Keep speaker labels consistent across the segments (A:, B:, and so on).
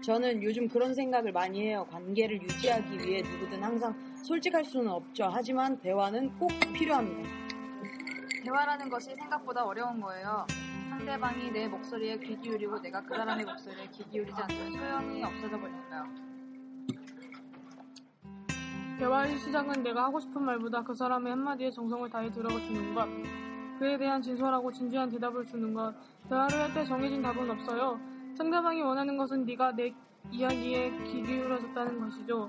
A: 저는 요즘 그런 생각을 많이 해요. 관계를 유지하기 위해 누구든 항상 솔직할 수는 없죠. 하지만 대화는 꼭 필요합니다.
B: 대화라는 것이 생각보다 어려운 거예요. 상대방이 내 목소리에 귀 기울이고 내가 그 사람의 목소리에 귀 기울이지 않으면 소용이 없어져 버리니까요.
C: 대화의 시작은 내가 하고 싶은 말보다 그 사람의 한마디에 정성을 다해 들어주는 것. 그에 대한 진솔하고 진지한 대답을 주는 것. 대화를 할 때 정해진 답은 없어요. 상대방이 원하는 것은 네가 내 이야기에 귀 기울여졌다는 것이죠.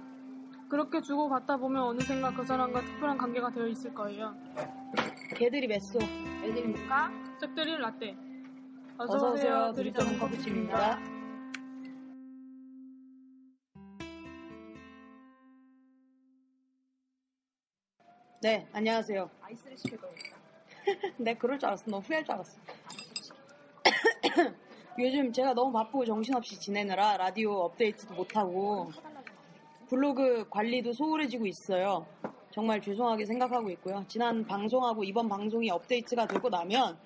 C: 그렇게 주고받다 보면 어느샌가 그 사람과 특별한 관계가 되어 있을 거예요.
A: 개들이 맺소.
B: 애들이 뭘까?
C: 짝드릴 라떼.
A: 어서오세요.
C: 들
A: 드립점은 커피집입니다. 네, 안녕하세요.
B: 아이스를 시킬 거니까.
A: 네, 그럴 줄 알았어. 너무 후회할 줄 알았어. 요즘 제가 너무 바쁘고 정신없이 지내느라 라디오 업데이트도 못하고 블로그 관리도 소홀해지고 있어요. 정말 죄송하게 생각하고 있고요. 지난 방송하고 이번 방송이 업데이트가 되고 나면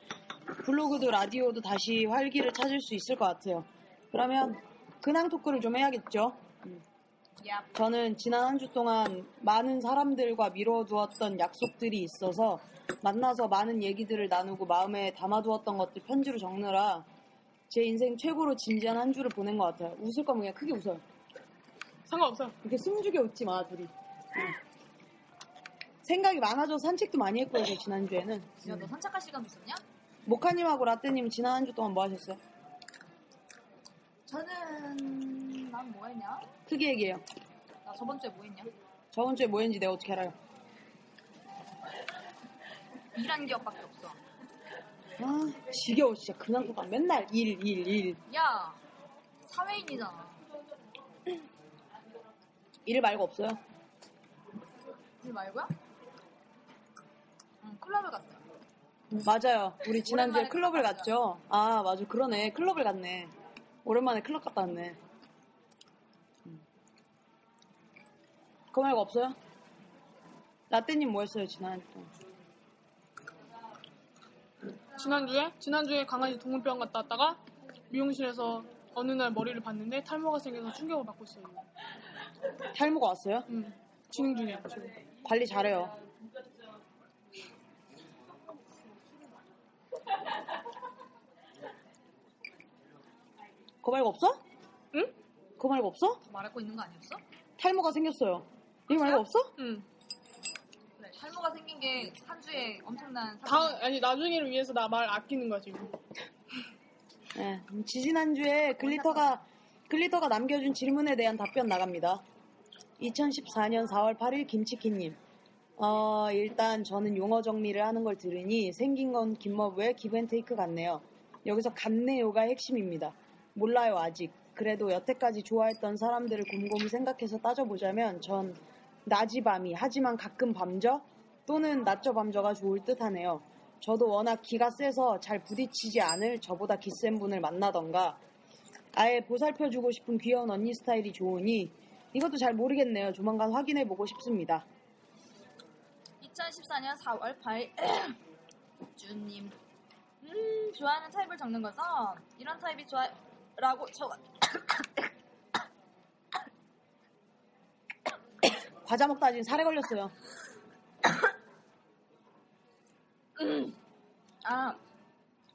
A: 블로그도 라디오도 다시 활기를 찾을 수 있을 것 같아요. 그러면 근황 토크를 좀 해야겠죠.
B: 야,
A: 저는 지난 한 주 동안 많은 사람들과 미뤄두었던 약속들이 있어서 만나서 많은 얘기들을 나누고 마음에 담아두었던 것들 편지로 적느라 제 인생 최고로 진지한 한 주를 보낸 것 같아요. 웃을 거면 그냥 크게 웃어요.
C: 상관없어.
A: 이렇게 숨죽여 웃지 마, 둘이. 생각이 많아져서 산책도 많이 했고요, 저 지난주에는.
B: 진짜 너 산책할 시간 있었냐?
A: 모카님하고 라떼님 지난 한 주 동안 뭐 하셨어요?
B: 저는 난 뭐 했냐?
A: 크게 얘기해요.
B: 나 저번 주에 뭐 했냐?
A: 저번 주에 뭐 했는지 내가 어떻게 알아요?
B: 일한 기억밖에 없어.
A: 아, 지겨워, 진짜. 그냥 동안 맨날 일, 일, 일.
B: 야, 사회인이잖아.
A: 일 말고 없어요?
B: 일 말고야? 응, 클럽을 갔어요.
A: 맞아요. 우리 지난주에
B: 오랜만에
A: 클럽을
B: 클럽
A: 갔죠. 아, 맞아. 그러네. 클럽을 갔네. 오랜만에 클럽 갔다 왔네. 음. 그 말고 없어요? 라떼님 뭐 했어요, 지난 주 동안?
C: 지난주에 지난주에 강아지 동물병원 갔다 왔다가 미용실에서 어느 날 머리를 봤는데 탈모가 생겨서 충격을 받고 있어요.
A: 탈모가 왔어요?
C: 음, 진행 중이야 지금.
A: 관리 잘해요. 그 말고 없어?
C: 응?
A: 그 말고 없어?
B: 더 말할 거 있는 거 아니었어?
A: 탈모가 생겼어요. 이 말고 없어?
C: 응.
B: 그래, 탈모가 생긴 게 한 주에 엄청난
C: 다음 아니 나중에를 위해서 나 말 아끼는 거야 지금.
A: 네, 지지난주에 글리터가 글리터가 남겨준 질문에 대한 답변 나갑니다. 2014년 4월 8일 김치킨님. 어, 일단 저는 용어 정리를 하는 걸 들으니 생긴 건 김머브의 기브앤테이크 같네요. 여기서 같네요가 핵심입니다. 몰라요 아직. 그래도 여태까지 좋아했던 사람들을 곰곰이 생각해서 따져보자면 전 낮이 밤이 하지만 가끔 밤저 또는 낮저 밤저가 좋을 듯하네요. 저도 워낙 기가 세서 잘 부딪히지 않을 저보다 기센 분을 만나던가 아예 보살펴주고 싶은 귀여운 언니 스타일이 좋으니 이것도 잘 모르겠네요. 조만간 확인해보고 싶습니다.
B: 2014년 4월 8일 주님 음 좋아하는 타입을 적는 거죠? 이런 타입이 좋아라고 저
A: 과자 먹다 지금 살에 걸렸어요.
B: 아,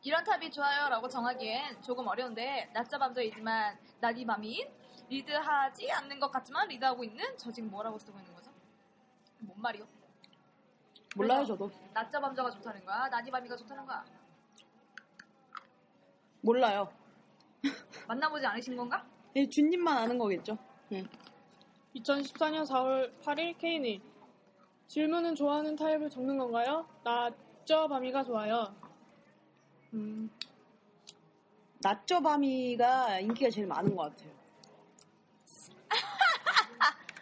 B: 이런 탑이 좋아요라고 정하기엔 조금 어려운데 낮자 밤저이지만 낮이 밤인 리드하지 않는 것 같지만 리드하고 있는 저 지금 뭐라고 쓰고 있는 거죠? 뭔 말이요?
A: 몰라요 저도.
B: 낮자 밤저가 좋다는 거야? 낮이 밤이가 좋다는 거야?
A: 몰라요.
B: 만나보지 않으신 건가?
A: 예, 준님만 아는 거겠죠.
C: 2014년 4월 8일 케이니 질문은 좋아하는 타입을 적는 건가요? 낮죠 밤이가 좋아요. 음,
A: 낮저 밤이가 인기가 제일 많은 것 같아요.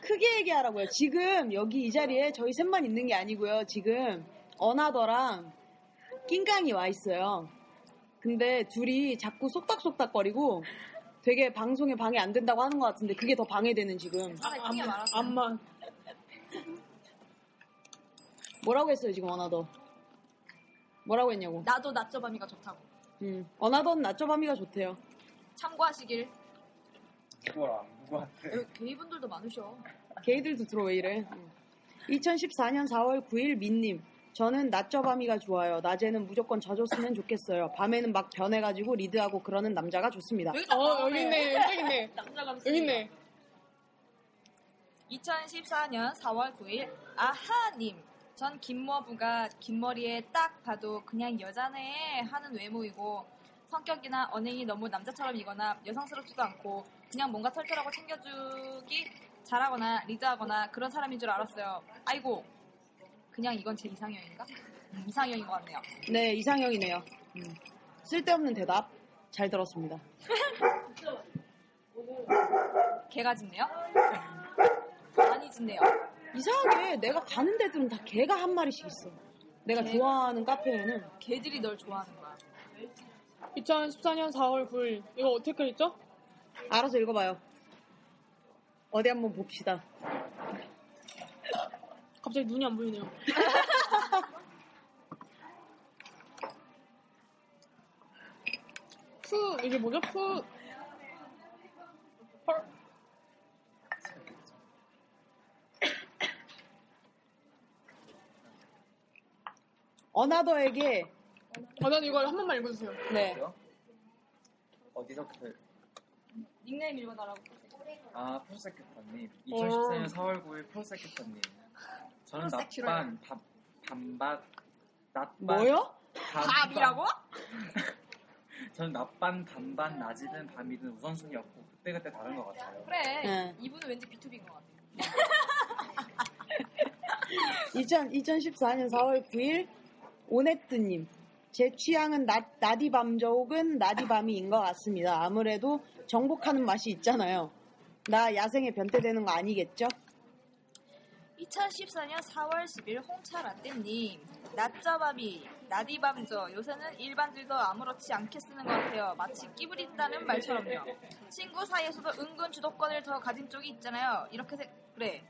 A: 크게 얘기하라고요. 지금 여기 이 자리에 저희 셋만 있는 게 아니고요. 지금 어나더랑 낑깡이 와 있어요. 근데 둘이 자꾸 속닥속닥거리고 되게 방송에 방해 안 된다고 하는 것 같은데 그게 더 방해되는 지금.
B: 아, 이
C: 암만,
B: 많았어.
C: 암만
A: 뭐라고 했어요 지금 어나더? 뭐라고 했냐고.
B: 나도 낮저 밤이가 좋다고.
A: 음. 어나더는 낮저 밤이가 좋대요.
B: 참고하시길.
D: 그걸 안 보고 왔대.
B: 여기 게이분들도 많으셔.
A: 게이들도 들어 왜 이래? 2014년 4월 9일 민님. 저는 낮저 밤이가 좋아요. 낮에는 무조건 져줬으면 좋겠어요. 밤에는 막 변해가지고 리드하고 그러는 남자가 좋습니다.
B: 여기 딱
C: 어 여기
B: 아, 나오네.
C: 있네 여기 있네
B: 남자가
C: 여기
B: 좋습니다.
C: 있네
B: 2014년 4월 9일 아하님 전 김머부가 긴 머리에 딱 봐도 그냥 여자네 하는 외모이고 성격이나 언행이 너무 남자처럼이거나 여성스럽지도 않고 그냥 뭔가 털털하고 챙겨주기 잘하거나 리드하거나 그런 사람인 줄 알았어요. 아이고 그냥 이건 제 이상형인가? 음, 이상형인 것 같네요.
A: 네, 이상형이네요. 음. 쓸데없는 대답 잘 들었습니다.
B: 개가 짖네요. 많이 짖네요.
A: 이상하게 내가 가는 데들은 다 개가 한 마리씩 있어. 내가
B: 개?
A: 좋아하는 카페에는
B: 개들이 널 좋아하는 거야.
C: 2014년 4월 9일 이거 어떻게 했죠?
A: 알아서 읽어봐요. 어디 한번 봅시다.
C: 갑자기 눈이 안 보이네요. 푸 이게 뭐죠? 푸 펄.
A: 어나더에게
C: 아, 난 이걸 한 번만 읽어주세요.
A: 네
D: 어디서부터? 그,
B: 닉네임 읽어달라고.
D: 아, 프로세큐터님. 2014년 4월 9일 프로세큐터님. 저는
B: 프로세큐러요.
D: 낮반, 밤, 밤밭, 낮반.
A: 뭐요?
D: 밤반.
B: 밥이라고?
D: 저는 낮반, 밤반, 낮이든 밤이든 우선순위 없고 그때그때 다른 것 같아요.
B: 그래.
A: 네.
B: 이분은 왠지 B2B인 것 같아.
A: 2000, 2014년 4월 9일 오네트님 제 취향은 낮, 낮이 밤 저옥은 낮이 밤이인 것 같습니다. 아무래도 정복하는 맛이 있잖아요. 나 야생에 변태되는 거 아니겠죠?
B: 2014년 4월 10일 홍차 라떼님 낮자밤이 나디밤저 요새는 일반들도 아무렇지 않게 쓰는 것 같아요 마치 끼불 있다는 말처럼요 친구 사이에서도 은근 주도권을 더 가진 쪽이 있잖아요 이렇게 생 그래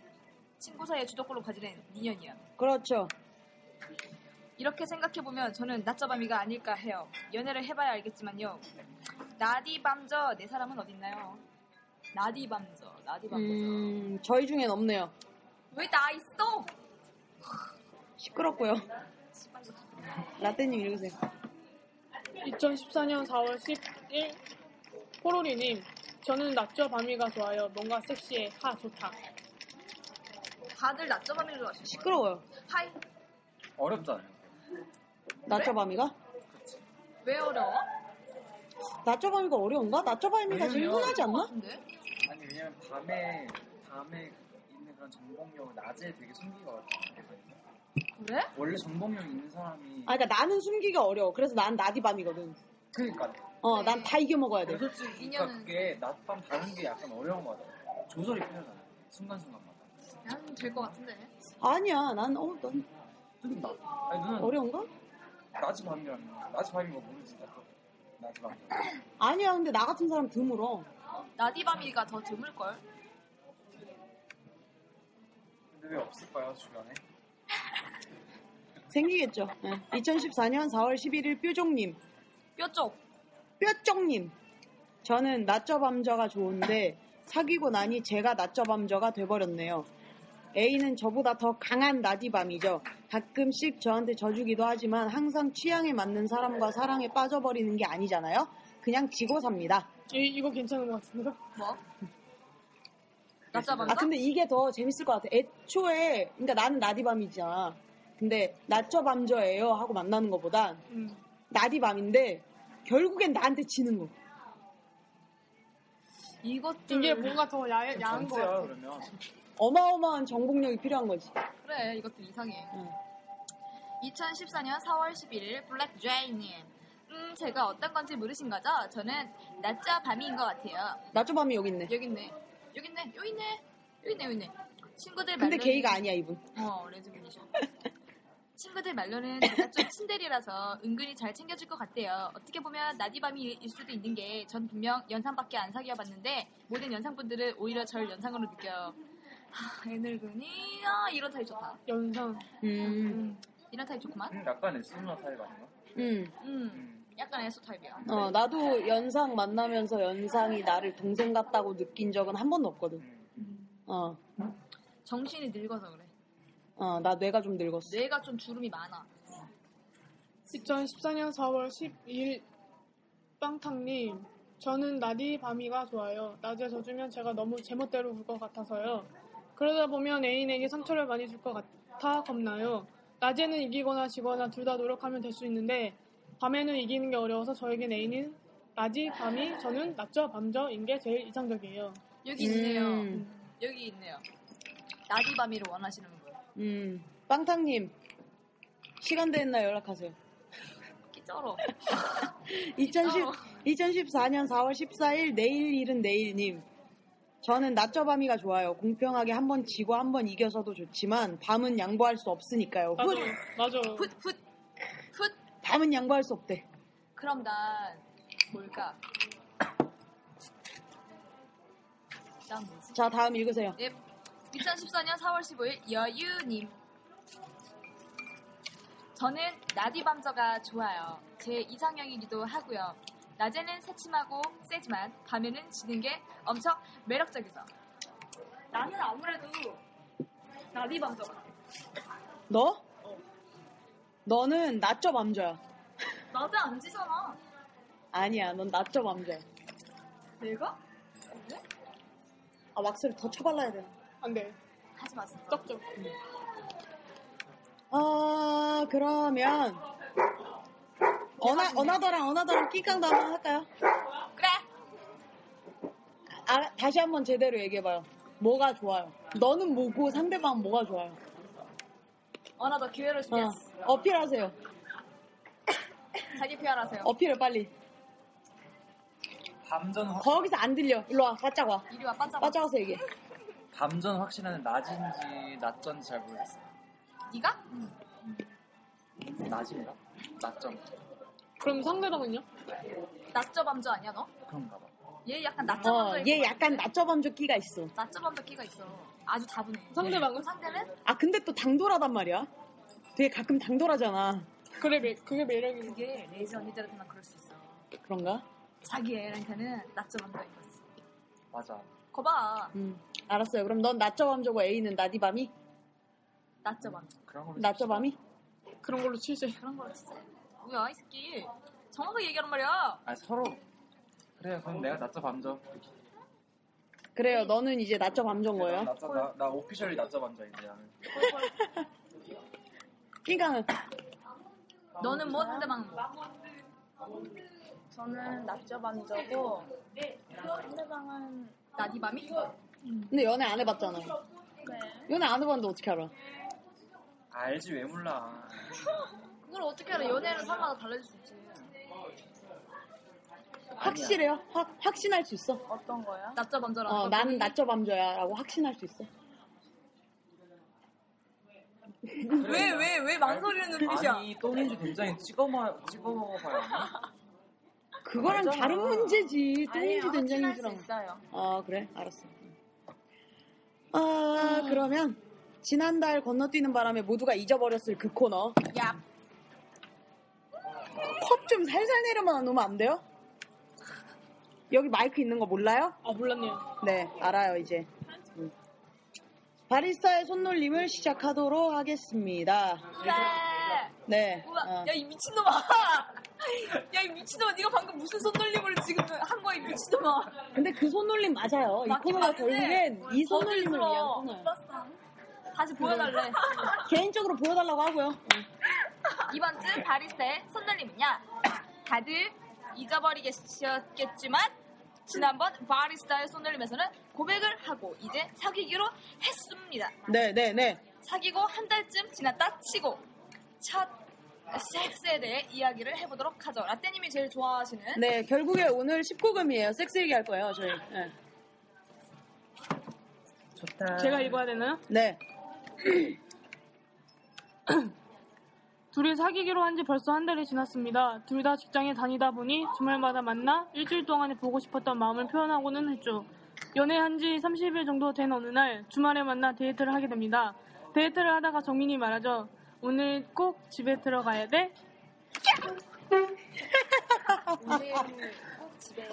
B: 친구 사이에 주도권을 가지는 니년이야
A: 그렇죠.
B: 이렇게 생각해보면 저는 낮자밤이가 아닐까 해요 연애를 해봐야 알겠지만요 나디밤저 내 사람은 어딨나요 나디밤저 나디밤저
A: 음, 저희 중엔 없네요.
B: 왜 나 있어
A: 시끄럽고요. 라떼님 읽으세요.
C: 2014년 4월 10일 호로리님 저는 낮저 밤이가 좋아요. 뭔가 섹시해. 하 좋다.
B: 다들 낮자밤이를 좋아하시죠
A: 시끄러워요.
B: 하이
D: 어렵잖아요.
A: 나쩌밤이가?
B: 왜 어려워?
A: 나쩌밤이가 어려운가? 나쩌밤이가 제일 흔하지 않나?
B: 근데
D: 아니, 왜냐면 밤에, 밤에 있는 그런 정복력은 낮에 되게 숨기가 어렵잖아요.
B: 그래?
D: 원래 정복력 있는 사람이.
B: 네.
A: 아, 그러니까 나는 숨기가 어려워. 그래서 난 나디밤이거든.
D: 그니까.
A: 어, 난 다 이겨먹어야 돼.
D: 근데 솔직히 그러니까
B: 인연은-
D: 그게 낮밤 다른 게 약간 어려운 거 같아요. 조절이 필요하잖아요. 순간순간마다.
B: 난 될 것 같은데.
A: 아니야, 난, 어, 난
D: 근데 나, 아니 누나
A: 어려운가?
D: 낮이 밤이라는 거. 낮이 밤인 거 모르지 나도. 낮이 밤이.
A: 아니야, 근데 나 같은 사람 드물어.
B: 나디바미가 더 드물 걸.
D: 근데 왜 없을까요 주변에?
A: 생기겠죠. 네. 2014년 4월 11일 뾰족님,
B: 뾰족.
A: 뾰족님. 저는 낮저밤저가 좋은데 사귀고 나니 제가 낮저밤저가 돼버렸네요. A는 저보다 더 강한 나디밤이죠. 가끔씩 저한테 져주기도 하지만 항상 취향에 맞는 사람과 사랑에 빠져버리는 게 아니잖아요. 그냥 지고 삽니다.
C: 이, 이거 괜찮은 것 같은데요?
B: 뭐? 낮자밤이가?
A: 아 근데 이게 더 재밌을 것 같아. 애초에 그러니까 나는 나디밤이잖아. 근데 낮저밤저예요 하고 만나는 것보단
C: 음.
A: 나디밤인데 결국엔 나한테 지는 거.
B: 이것 좀
C: 이게
A: 뭐-
C: 뭔가 더 야, 야한 거
D: 전투야
C: 같아.
D: 그러면.
A: 어마어마한 정복력이 필요한 거지. 어.
B: 그래 이것도 이상해.
A: 응.
B: 2014년 4월 11일 블랙 제이님. 음 제가 어떤 건지 모르신 거죠? 저는 낮자 밤이인 것 같아요.
A: 낮조밤이 여기 있네.
B: 여기 있네. 여기 있네. 여기 있네. 여기 있네. 여기 있네. 친구들
A: 근데
B: 말로는-
A: 게이가 아니야 이분.
B: 어 레즈비니셔. 친구들 말로는 제가 좀 친데리라서 은근히 잘 챙겨줄 것 같대요. 어떻게 보면 나디밤이일 수도 있는 게 전 분명 연상밖에 안 사귀어봤는데 모든 연상분들은 오히려 절 연상으로 느껴요. 하, 애늙은이 아, 이런 타입 좋다.
C: 연상.
A: 음,
C: 음.
B: 이런 타입 좋구만.
D: 음, 약간 에스누나 타입 아닌가?
A: 음.
B: 음,
D: 음.
B: 약간 애소 타입이야.
A: 어, 나도 연상 만나면서 연상이 나를 동생 같다고 느낀 적은 한 번도 없거든.
D: 음.
A: 어,
B: 정신이 늙어서 그래.
A: 어, 나 뇌가 좀 늙었어.
B: 뇌가 좀 주름이 많아.
C: 2014년 4월 12일 빵탕님 저는 낮이 밤이가 좋아요. 낮에 져주면 제가 너무 제멋대로 울 것 같아서요. 그러다 보면 애인에게 상처를 많이 줄 것 같아 겁나요. 낮에는 이기거나 지거나 둘 다 노력하면 될 수 있는데 밤에는 이기는 게 어려워서 저에겐 애인은 낮이 밤이 저는 낮죠 밤죠인 게 제일 이상적이에요.
B: 여기 있네요.
A: 음.
B: 여기 있네요. 나디밤이를 원하시는 분.
A: 음, 빵탕님 시간 되는 날 연락하세요.
B: 끼쩔어.
A: 2010,
B: 어.
A: 2014년 4월 14일 내일 일은 내일님. 저는 낮저 밤이가 좋아요. 공평하게 한 번 지고 한 번 이겨서도 좋지만 밤은 양보할 수 없으니까요.
C: 맞아,
A: 훗!
C: 맞아.
B: 풋, 풋, 풋.
A: 밤은 양보할 수 없대.
B: 그럼 난 뭘까? 난 뭐지? 예,
A: 자 다음 읽으세요.
B: 2014년 4월 15일 여유님. 저는 나디밤저가 좋아요. 제 이상형이기도 하고요. 낮에는 새침하고 세지만 밤에는 지는 게 엄청 매력적이죠. 나는 아무래도 나디밤저가.
A: 너? 너는 낮저 밤저야.
B: 낮에 안 지잖아.
A: 아니야, 넌 낮저 밤저야.
B: 내가?
A: 아 왁스를 더 쳐발라야 돼.
C: 안 돼.
B: 하지 마 진짜.
C: 떡죠.
A: 아 그러면 어나 어나더랑 어나더랑 끼깡도 한번 할까요?
B: 그래.
A: 아, 다시 한번 제대로 얘기해봐요. 뭐가 좋아요? 너는 뭐고 상대방은 뭐가 좋아요?
B: 어나 더 기회를
A: 어,
B: 주겠어.
A: 어필하세요.
B: 자기 표현하세요.
A: 어필해 빨리.
D: 밤전 확
A: 거기서 안 들려. 일로 와. 바짝 와.
B: 이리 와 빠져.
A: 바짝 와서 얘기해.
D: 밤전 확실한 낮인지 낮전지 잘 모르겠어.
B: 네가?
D: 낮인가? 낮점
C: 그럼 상대방은요?
B: 낮저 밤저 아니야 너?
D: 그런가 봐.
B: 얘 약간 낮저
A: 어,
B: 밤저.
A: 얘 약간 낮저밤저 끼가 있어.
B: 낮저 밤저 끼가 있어. 아주 다분해.
C: 상대방은?
B: 그럼 상대는
A: 아 근데 또 당돌하단 말이야. 되게 가끔 당돌하잖아.
C: 그래, 매- 그게 매력인 거.
B: 그게 레이지 언니들한테만 그럴 수 있어.
A: 그런가?
B: 자기 애한테는 낮저 밤저 이거지.
D: 맞아.
B: 거봐
A: 음. 알았어요. 그럼 넌 낮저밤저고 A는 나디밤이?
B: 낮저 밤저.
D: 그런 걸로
A: 낮저밤이?
C: 그런 걸로 취재.
B: 그런 거 진짜. 뭐야 이 새끼. 정확하게 얘기하란 말이야.
D: 아 서로 그래 그럼 내가 낮자 밤저
A: 그래요. 너는 이제 낮저밤저인 거예요.
D: 낮자 나, 나 오피셜이 낮자 밤저인데 나는
A: 끼가는
B: 너는 뭐 상대방은 뭐?
E: 저는 낮저 밤저고 상대방은
B: 나네 맘이?
A: 근데 연애 안 해봤잖아.
E: 네
A: 연애 안 해봤는데 어떻게 알아?
D: 알지 왜 몰라.
B: 그걸 어떻게 알아? 연애는 사람마다 달라질 수 있지.
A: 확실해요? 확, 확신할 수 있어?
E: 어떤 거요?
B: 낮저 밤저라는
A: 어,
B: 걸
A: 나는 낮저밤저야 라고 확신할 수 있어.
B: 왜 왜 왜 망설이는 눈빛이야?
D: 그러니까. 아니 똥인지 굉장히 찍어마 찍어봐야 하나?
A: 그거랑
D: 알잖아.
A: 다른 문제지. 똥인지
E: 아니에요,
A: 된장인
E: 확신할
A: 줄 알아.
E: 수 있어요.
A: 아 그래 알았어. 아 그러면 지난달 건너뛰는 바람에 모두가 잊어버렸을 그 코너
B: 야
A: 컵 좀 살살 내려만 놓으면 안 돼요? 여기 마이크 있는 거 몰라요?
C: 아, 몰랐네요.
A: 네 알아요 이제. 음. 바리스타의 손놀림을 시작하도록 하겠습니다.
B: 그래.
A: 네.
B: 우와,
A: 어.
B: 야 이 미친놈아! 야 이 미친놈아, 네가 방금 무슨 손놀림을 지금 한 거야 이 미친놈아!
A: 근데 그 손놀림 맞아요. 이 코너가 결국엔 이 손놀림을 위한 네. 코너예요.
B: 다시 보여달래.
A: 개인적으로 보여달라고 하고요.
B: 이번 주 바리스타의 손놀림은요. 다들 잊어버리겠지만 지난번 바리스타의 손놀림에서는 고백을 하고 이제 사귀기로 했습니다.
A: 네, 네, 네.
B: 사귀고 한 달쯤 지났다 치고 첫 섹스에 대해 이야기를 해보도록 하죠. 라떼님이 제일 좋아하시는
A: 네, 결국에 오늘 19금이에요. 섹스 얘기할 거예요, 저희. 네.
D: 좋다.
C: 제가 읽어야 되나요?
A: 네.
C: 둘이 사귀기로 한 지 벌써 한 달이 지났습니다. 둘 다 직장에 다니다 보니 주말마다 만나 일주일 동안에 보고 싶었던 마음을 표현하고는 했죠. 연애한 지 30일 정도 된 어느 날 주말에 만나 데이트를 하게 됩니다. 데이트를 하다가 정민이 말하죠. 오늘 꼭 집에 들어가야 돼?
B: 오늘 꼭 집에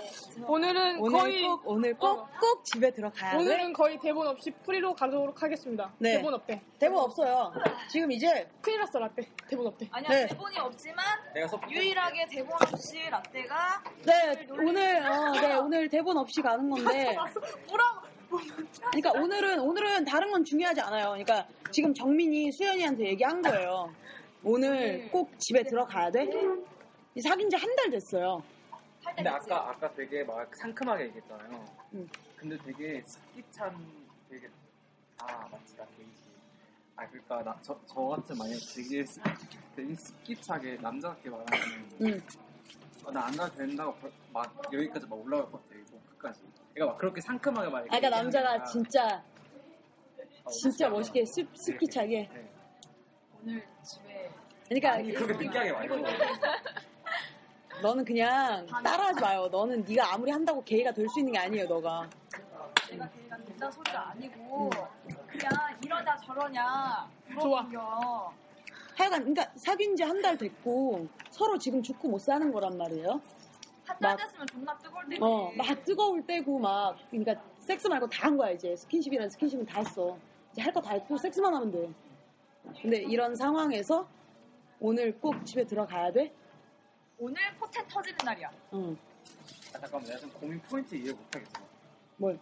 C: 오늘은
A: 오늘
C: 거의
A: 꼭, 오늘 꼭,
C: 어.
A: 꼭 집에 들어가야 돼.
C: 오늘은 거의 대본 없이 프리로 가도록 하겠습니다.
A: 네.
C: 대본 없대.
A: 대본 없어요. 지금 이제,
C: 큰일 났어 라떼. 대본 없대.
B: 아니야
A: 네.
B: 대본이 없지만
D: 내가 섭
B: 유일하게 대본 없이 라떼가
A: 네, 오늘, 어, 네, 오늘 대본 없이 가는 건데.
B: 뭐라고
A: 그러니까 오늘은, 오늘은 다른 건 중요하지 않아요. 그러니까 지금 정민이 수연이한테 얘기한 거예요. 오늘 꼭 집에 들어가야 돼? 이 사귄 지 한 달 됐어요.
B: 할
A: 네,
D: 근데
B: 때가 있어요.
D: 아까 아까 되게 막 상큼하게 얘기했잖아요.
A: 음.
D: 근데 되게 스키찬 되게 아 맞지 나 게이지. 아 그러니까 나저저 같은 만약 되게 스- 되게 스키차게 남자답게 말하면
A: 음.
D: 아, 나안 가도 된다고 벌- 막 여기까지 막 올라갈 것 같아 이거 끝까지. 그러니까 막 그렇게 상큼하게 말해.
A: 아, 그러니까 남자가 진짜, 진짜 멋있게 습, 스키 차게.
D: 네.
B: 오늘 집에
A: 그러니까
D: 그렇게 느끼하게 아, 말고
A: 너는 그냥 따라하지 마요. 너는 네가 아무리 한다고 게이가 될 수 있는 게 아니에요, 너가.
B: 내가 걔가 된다 소리가 아니고
D: 음.
B: 그냥 이러냐 저러냐 물어보겨
A: 하여간 그러니까 사귄 지 한 달 됐고 서로 지금 죽고 못 사는 거란 말이에요.
B: 한달
A: 막-
B: 됐으면 존나 뜨거울 텐데
A: 어, 막 뜨거울 때고 막 그러니까 섹스 말고 다 한 거야 이제 스킨십이랑 스킨십은 다 했어. 이제 할 거 다 했고 섹스만 하면 돼. 근데 이런 상황에서 오늘 꼭 집에 들어가야 돼.
B: 오늘 포텐 터지는 날이야
A: 응.
D: 아, 잠깐만 내가 지금 고민 포인트 이해 못하겠어.
A: 뭘?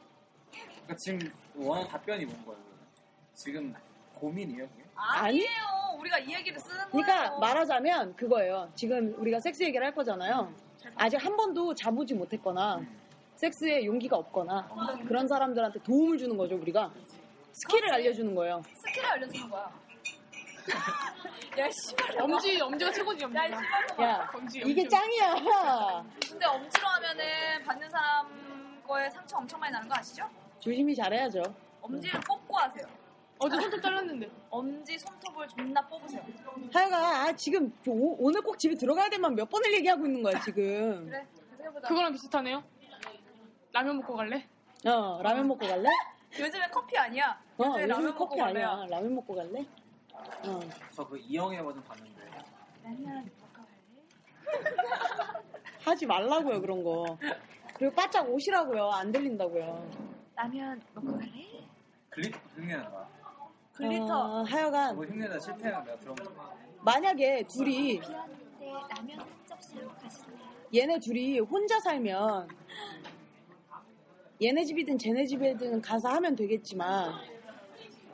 D: 그러니까 지금 원하는 답변이 뭔 거예요? 지금 고민이에요 그게?
A: 아니?
B: 아니에요 우리가 이 얘기를 쓰는 거예요
A: 그러니까 말하자면 그거예요. 지금 우리가 섹스 얘기를 할 거잖아요. 아직 한 번도 자보지 못했거나 섹스에 용기가 없거나 그런 사람들한테 도움을 주는 거죠 우리가 스킬을 알려주는 거예요.
B: 스킬을 알려주는 거야 야 씨발
C: 엄지 엄지가 최고지 엄지.
B: 야 씨발
A: 야 이게 짱이야.
B: 근데 엄지로 하면은 받는 사람 거에 상처 엄청 많이 나는 거 아시죠?
A: 조심히 잘해야죠.
B: 엄지를 뽑고 하세요
C: 어제 손톱 잘랐는데.
B: 엄지 손톱을 존나 뽑으세요
A: 하여가 아, 지금 오, 늘꼭 집에 들어가야 되만 몇 번을 얘기하고 있는 거야 지금.
B: 그래 계속 해보자
C: 그거랑 비슷하네요. 라면 먹고 갈래?
A: 어 라면 먹고 갈래?
B: 요즘에 커피 아니야
A: 어
B: 요즘에 라면
A: 요즘
B: 먹고
A: 커피
B: 갈래요.
A: 아니야. 라면 먹고 갈래? 어
D: 저 그 이영애 버전 봤는데
A: 하지 말라고요 그런 거. 그리고 바짝 오시라고요 안 들린다고요.
B: 라면 먹고 갈래?
D: 글리 흉내나
B: 글리터
A: 어, 하여간
D: 그거 흉내나 실패하면 내가 들어보는 거야.
A: 만약에 둘이 얘네 둘이 혼자 살면 얘네 집이든 쟤네 집이든 가서 하면 되겠지만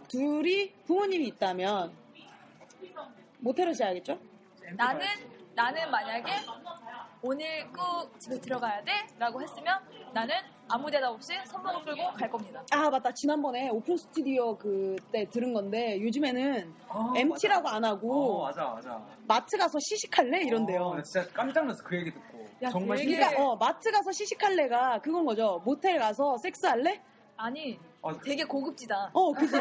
A: 둘이 부모님이 있다면 모텔을 자야겠죠?
B: 나는 나는 만약에 오늘 꼭 집에 들어가야 돼라고 했으면 나는 아무 대답 없이 손목을 끌고 갈 겁니다.
A: 아 맞다 지난번에 오픈 스튜디오 그때 들은 건데 요즘에는
D: 어,
A: MT라고
D: 맞아.
A: 안
D: 어
A: 하고
D: 맞아 맞아
A: 마트 가서 시식할래 이런데요.
D: 어, 나 진짜 깜짝 놀랐어 그 얘기 듣고 정말
B: 그 얘기를-
D: 신기해
A: 그러니까 어 마트 가서 시식할래가 그건 거죠. 모텔 가서 섹스할래?
B: 아니
D: 어,
B: 되게 고급지다.
A: 어 그지.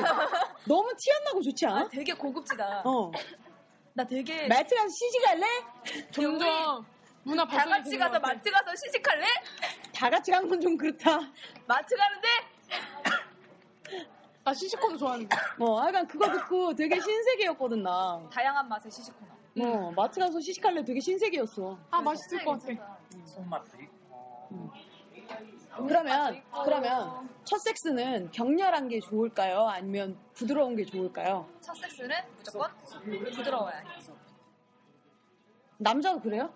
A: 너무 티 안 나고 좋지
B: 아,
A: 않아?
B: 되게 고급지다.
A: 어.
B: 나 되게
A: 마트 가서 시식할래?
C: 점점 문화
B: 다
C: 발전이
B: 같이
C: 되는
B: 가서
C: 것 같아.
B: 마트 가서 시식할래?
A: 다 같이 간 건 좀 그렇다.
B: 마트 가는데
C: 나 시시콘 좋아하는데.
A: 뭐, 하여간 그거 듣고 되게 신세계였거든, 나.
B: 다양한 맛의 시식코너.
A: 어, 마트 가서 시식할래 되게 신세계였어.
C: 아 맛있을 것 같아.
D: 손맛도 있고
B: 음.
A: 어, 그러면, 그러면, 첫 섹스는 격렬한 게 좋을까요? 아니면 부드러운 게 좋을까요?
B: 첫 섹스는 무조건 부드러워야 해.
A: 남자도 그래요?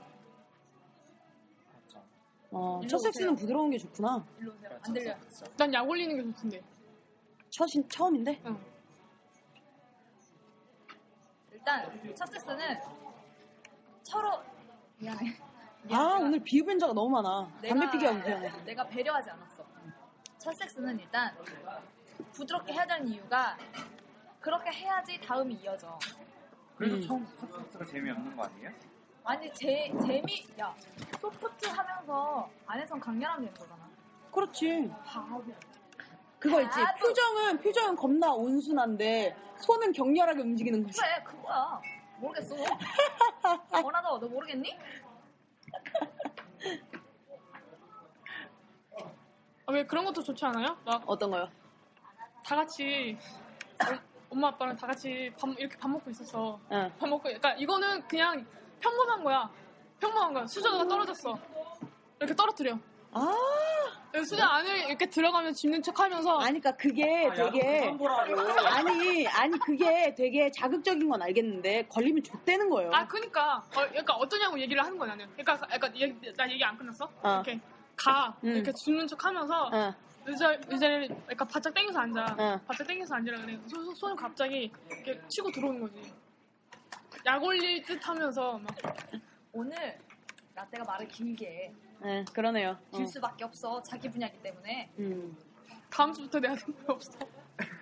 D: 그렇죠
A: 어,
B: 일로
A: 첫
B: 오세요.
A: 섹스는 부드러운 게 좋구나.
B: 일로 오세요. 안 들려.
D: 그렇죠.
C: 난 약 올리는 게 좋던데.
A: 첫, 처음인데?
C: 응.
B: 일단 첫 섹스는 서로 미안해.
A: 아, 오늘 비흡연자가 너무 많아. 담배 피기 하고 그냥.
B: 내가 배려하지 않았어. 첫 섹스는 일단 부드럽게 해야 되는 이유가 그렇게 해야지 다음이 이어져.
D: 그래도
A: 음.
D: 처음 첫 세트가 재미없는 거 아니에요?
B: 아니 제 재미 야 소프트 하면서 안에선 강렬하면 되는 거잖아.
A: 그렇지. 그거 있지.
B: 아, 또-
A: 표정은, 표정은 겁나 온순한데, 손은 격렬하게 움직이는 거지.
B: 그래 그거야. 모르겠어. 원하다 너 모르겠니?
C: 아, 왜 그런 것도 좋지 않아요? 막 다
A: 어떤 거요?
C: 같이 엄마 아빠랑 다 같이 밥 이렇게 밥 먹고 있었어.
A: 응.
C: 밥 먹고 그러니까 이거는 그냥 평범한 거야. 평범한 거야. 수저가 떨어졌어. 이렇게 떨어뜨려.
A: 아,
C: 그래서 수저 안에 이렇게 들어가면 집는 척하면서
A: 아니까 그러니까
D: 아,
A: 그게
D: 야,
A: 되게.
D: 그만 보라고.
A: 아니, 아니, 그게 되게 자극적인 건 알겠는데, 걸리면 좆되는 거예요.
C: 아, 그니까. 어, 약간 어떠냐고 얘기를 하는 거 나는. 그니까, 약간, 얘기- 나 얘기 안 끝났어?
A: 어.
C: 이렇게 가.
A: 음.
C: 이렇게 죽는 척 하면서
A: 응.
C: 의자, 의자를 약간 바짝 당겨서 앉아.
A: 어.
C: 바짝 당겨서 앉으라 그래. 손, 손- 손을 갑자기 이렇게 치고 들어오는 거지. 약 올릴 듯 하면서 막.
B: 오늘 라떼가 말을 길게 해.
A: 네, 그러네요. 어.
B: 길 수밖에 없어 자기 분야이기 때문에
A: 음.
C: 다음 주부터 내가 생각 없어.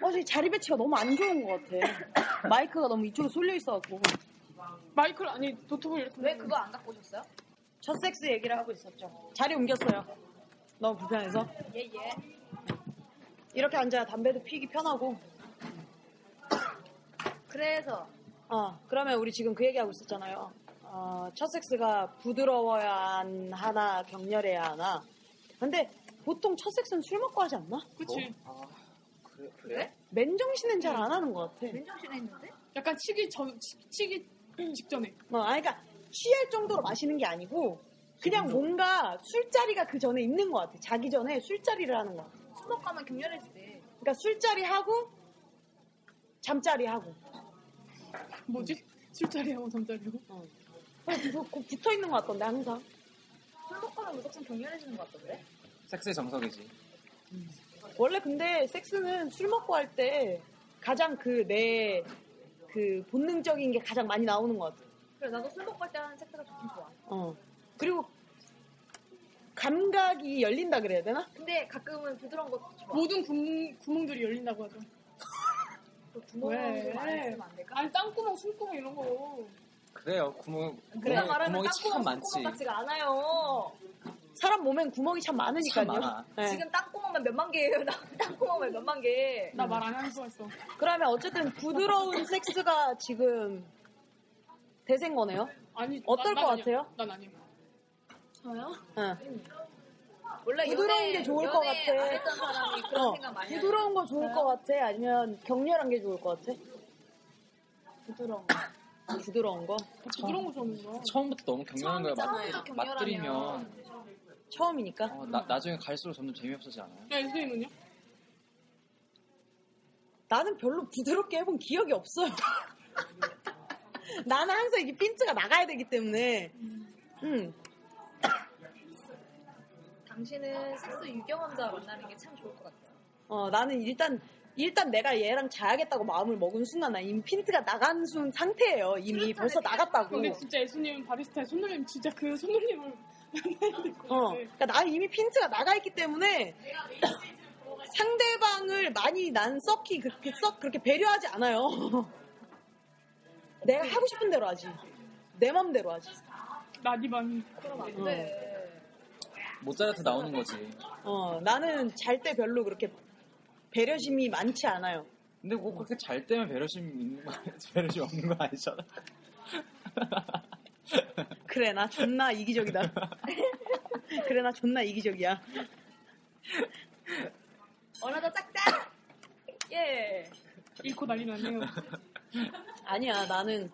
A: 어제 자리 배치가 너무 안 좋은 것 같아. 마이크가 너무 이쪽으로 쏠려 있어갖고.
C: 마이크를, 아니, 노트북을 이렇게.
B: 왜 그거 안 갖고 오셨어요?
A: 첫 섹스 얘기를 하고 있었죠. 자리 옮겼어요. 너무 불편해서.
B: 예예
A: 이렇게 앉아야 담배도 피기 편하고.
B: 그래서
A: 어, 그러면 우리 지금 그 얘기하고 있었잖아요. 어, 첫 섹스가 부드러워야 안 하나, 격렬해야 하나. 근데 보통 첫 섹스는 술 먹고 하지 않나?
C: 그치.
D: 그래, 그래?
A: 맨정신은 잘 안 하는 것 같아.
B: 맨정신에 했는데
C: 약간 치기 전, 치, 치기 직전에.
A: 어, 아니, 그러니까 취할 정도로 마시는 게 아니고 그냥 뭔가 술자리가 그 전에 있는 것 같아. 자기 전에 술자리를 하는 것 같아.
B: 술 먹고 하면 격렬해지지
A: 그러니까 술자리 하고 잠자리 하고
C: 뭐지?
A: 음.
C: 술자리하고 잠자리하고.
A: 그, 붙어 있는 것 같던데 항상.
B: 술 먹고 하면 무조건 격렬해지는 것 같던데
D: 섹스의 정석이지.
A: 원래 근데 섹스는 술 먹고 할 때 가장 그 내 그 본능적인 게 가장 많이 나오는 것 같아.
B: 그래 나도 술 먹고 할 때 하는 섹스가 좋긴 좋아
A: 어. 그리고 감각이 열린다 그래야 되나?
B: 근데 가끔은 부드러운 것도 좋아
C: 모든 구멍, 구멍들이 열린다고 하죠.
B: 또 구멍을
C: 왜?
B: 좀안 쓰면 안 될까?
C: 아니, 땅구멍, 숨구멍 이런 거.
D: 그래요. 구멍,
B: 내가
D: 구멍이,
B: 그러니까 말하는
D: 구멍이 참
B: 땅구멍
D: 많지.
B: 구멍 같지가 않아요
A: 사람 몸엔 구멍이 참 많으니까요.
D: 참 많아.
A: 네.
B: 지금 땅구멍만 몇만 개예요 나 땅구멍만 몇만 개
A: 음.
C: 나 말 안 하는 수가 있어.
A: 그러면 어쨌든 부드러운 섹스가 지금 대세인 거네요.
C: 아니
A: 어떨
C: 난-
A: 것
C: 난 아니야.
A: 같아요?
C: 난 아니에요.
B: 저요?
A: 응.
B: 원래
A: 부드러운
B: 연애-
A: 게 좋을 것
B: 연애
A: 같아.
B: 안 했던 사람이 그런
A: 어,
B: 생각 많이 하죠
A: 부드러운 거 좋을 것 같아? 아니면 격렬한 게 좋을 것 같아?
B: 부드러운 거
A: 부드러운 거?
C: 부드러운 거 좋아하는 거야.
D: 처음부터 너무 격렬한 거야.
B: 어. 처음부터
D: 맛,
B: 격렬하면.
D: 맛들이면
A: 처음이니까.
D: 어, 나, 나중에 갈수록 점점 재미없어지지 않아요?
B: 네.
C: 야, 유수님은요?
A: 나는 별로 부드럽게 해본 기억이 없어요. 나는 항상 이게 핀트가 나가야 되기 때문에. 음.
B: 당신은 섹스 유경험자 만나는 게 참 좋을 것 같아요
A: 어, 나는 일단, 일단 내가 얘랑 자야겠다고 마음을 먹은 순간, 나 이미 핀트가 나간 순 상태예요. 이미 벌써 나갔다고.
C: 근데 진짜 예수님은 바리스타의 손놀림 진짜 그 손놀림을
A: 어, 그러니까 나 이미 핀트가 나가 있기 때문에 상대방을 많이 난 썩히 그렇게 썩 그렇게 배려하지 않아요. 내가 하고 싶은 대로 하지. 내 맘대로 하지.
C: 나니 밤이
B: 그럼 안돼
D: 모짜르트 나오는 거지.
A: 어, 나는 잘 때 별로 그렇게 배려심이 많지 않아요.
D: 근데 뭐 그렇게 잘 때면 배려심 있는 거 아니- 배려심 없는 거 아니잖아.
A: 그래, 나 존나 이기적이다. 그래, 나 존나 이기적이야.
B: 원하다 짝짝! 예.
C: 잃고 난리 났네요.
A: 아니야, 나는.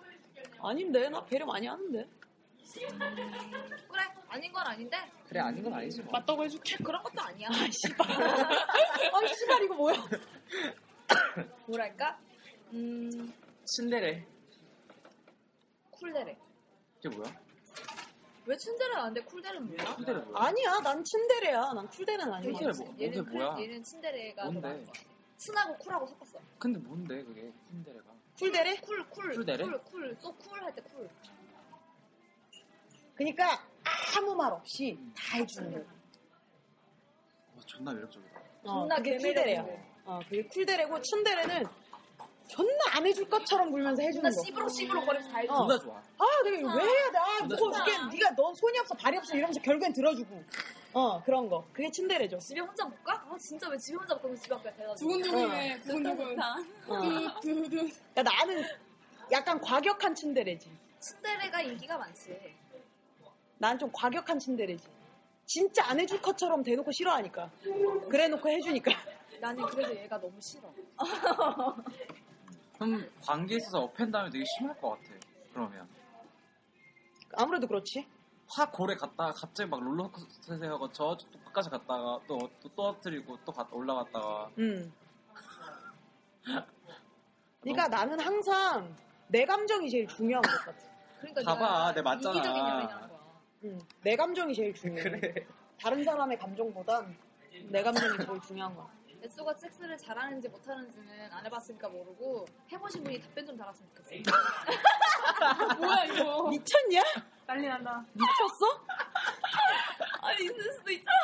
A: 아닌데, 나 배려 많이 하는데.
B: 그래, 아닌 건 아닌데?
D: 그래 아닌 건 아니지 뭐.
C: 맞다고 해줄게.
B: 그런 것도 아니야.
A: 아, 씨발, 이거 뭐야?
B: 뭐랄까? 음,
D: 침대래.
B: 쿨데레.
D: 그게 뭐야?
B: 왜 츤데레는 아는데 쿨데레는 몰라?
D: 침대래 뭐야?
A: 아니야, 난 츤데레야. 난 쿨데레는 아니야.
D: 츤데레 뭐- 이게
B: 얘는
D: 뭐야?
B: 쿨- 얘는 츤데레가 더
D: 뭔데?
B: 많은 거야. 순하고 쿨하고 섞었어.
D: 근데 뭔데 그게 침대래가?
A: 쿨데레?
B: 쿨, 쿨.
D: 쿨데레?
B: 쿨, 쿨. 쏘쿨 할 때 쿨.
A: 그러니까 아무 말 없이 다 해주는 거예요.
D: 어, 존나 매력적이다.
A: 존나 그게 쿨데레야. 어, 그게 쿨데레고 춘데레는 존나 안 해줄 것처럼 굴면서 해주는
B: 나
A: 거.
B: 씨부럭 씨부럭 거리면서 다 해줘.
A: 어.
D: 존나 좋아.
A: 아, 내가 이거 왜 해야 돼? 아,
D: 존나
A: 무거워
D: 좋아.
A: 죽겠네. 네가 넌 손이 없어, 발이 없어 이러면서 결국엔 들어주고. 어, 그런 거. 그게 츤데레죠.
B: 집에 혼자 못 가? 아 진짜 왜 집에 혼자 못 가서 집에 앞에 대가지고.
C: 두근두근해, 두근두근.
A: 어. 그러니까 나는 약간 과격한 츤데레지.
B: 츤데레가 인기가 많지.
A: 난 좀 과격한 츤데레지. 진짜 안 해줄 것처럼 대놓고 싫어하니까. 그래놓고 해주니까.
B: 나는 그래서 얘가 너무 싫어.
D: 그럼 관계에 있어서 업앤다운이 되게 심할 것 같아. 그러면
A: 아무래도 그렇지.
D: 확 고래 갔다가 갑자기 막 롤러코스터에 가고 저쪽 끝까지 갔다가 또 또 떨어뜨리고 또 갔- 올라갔다가
A: 음. 그러니까 나는 항상 내 감정이 제일 중요한 것 같아.
B: 그러니까
D: 봐봐,
B: 얘가
D: 내 맞잖아.
B: 이기적인 연애라는 거야.
A: 응, 음. 내 감정이 제일 중요해. 다른 사람의 감정보단 내 감정이 제일 중요한 거야.
B: 애쏘가 섹스를 잘하는지 못하는지는 안 해봤으니까 모르고 해보신 분이 답변 좀 달았으면 좋겠어.
C: 뭐야,
D: 어.
C: 이거.
A: 미쳤냐?
C: 난리 난다.
A: 미쳤어?
B: 아니 있을 수도 있잖아.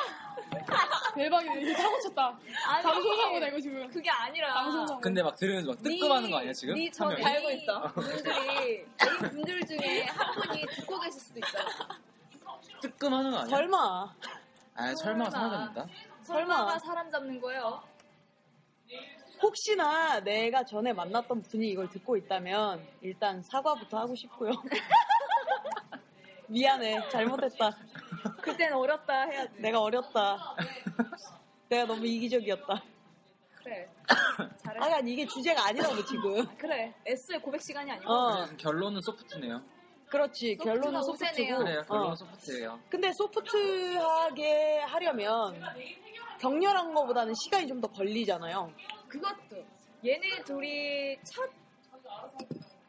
C: 대박이네. 이거 사고 쳤다.
B: 아니,
C: 방송사고다, 이거 지금.
B: 그게 아니라.
C: 방송사고.
D: 근데 막 들으면서 막 뜨끔하는 거 아니야 지금?
B: 네, 저
D: 한 명이?
B: 애 알고 있어. 분들이 애 분들 중에 한 분이 듣고 계실 수도 있잖아.
D: 뜨끔하는 거 아니야?
A: 설마.
D: 아 설마 사야 된다.
B: 설마가 사람 잡는 거예요?
A: 혹시나 내가 전에 만났던 분이 이걸 듣고 있다면 일단 사과부터 하고 싶고요. 미안해. 잘못했다.
B: 그땐 어렸다 해야지.
A: 내가 어렸다. 내가 너무 이기적이었다.
B: 그래. 잘했어.
A: 아, 이게 주제가 아니라고 지금.
B: 그래. S의 고백 시간이 아니고.
A: 어,
D: 결론은 소프트네요.
A: 그렇지.
B: 소프트가
A: 결론은
B: 우세네요.
A: 소프트고.
D: 그래요 결론은
A: 어.
D: 소프트예요.
A: 근데 소프트하게 하려면 격렬한 거보다는 시간이 좀 더 걸리잖아요.
B: 그것도 얘네 둘이 첫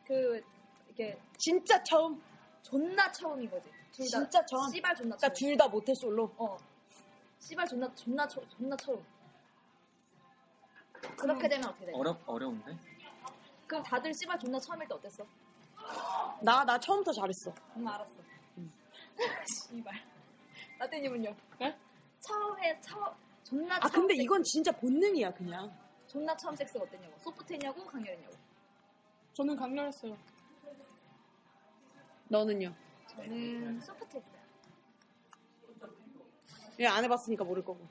B: 그 이게
A: 진짜 처음,
B: 존나 처음인 거지. 둘 다.
A: 진짜 처음.
B: 씨발 존나
A: 그러니까
B: 처음.
A: 둘 다 못해 솔로.
B: 어. 씨발 존나 존나 처, 존나 처음. 그렇게 되면 어떻게
A: 네.
B: 돼?
D: 어렵 어려운데?
B: 그럼 다들 씨발 존나 처음일 때 어땠어?
A: 나 나 처음부터 잘했어.
B: 응 알았어. 씨발. 나태님은요?
C: 네?
B: 처음에 처 존나
A: 아
B: 처음
A: 근데
B: 섹스-
A: 이건 진짜 본능이야 그냥.
B: 존나 처음 섹스가 어땠냐고 소프트했냐고 강렬했냐고
C: 저는 강렬했어요.
A: 너는요?
B: 저는 음,
A: 네.
B: 소프트했어요
A: 그냥 안 해봤으니까 모를 거고.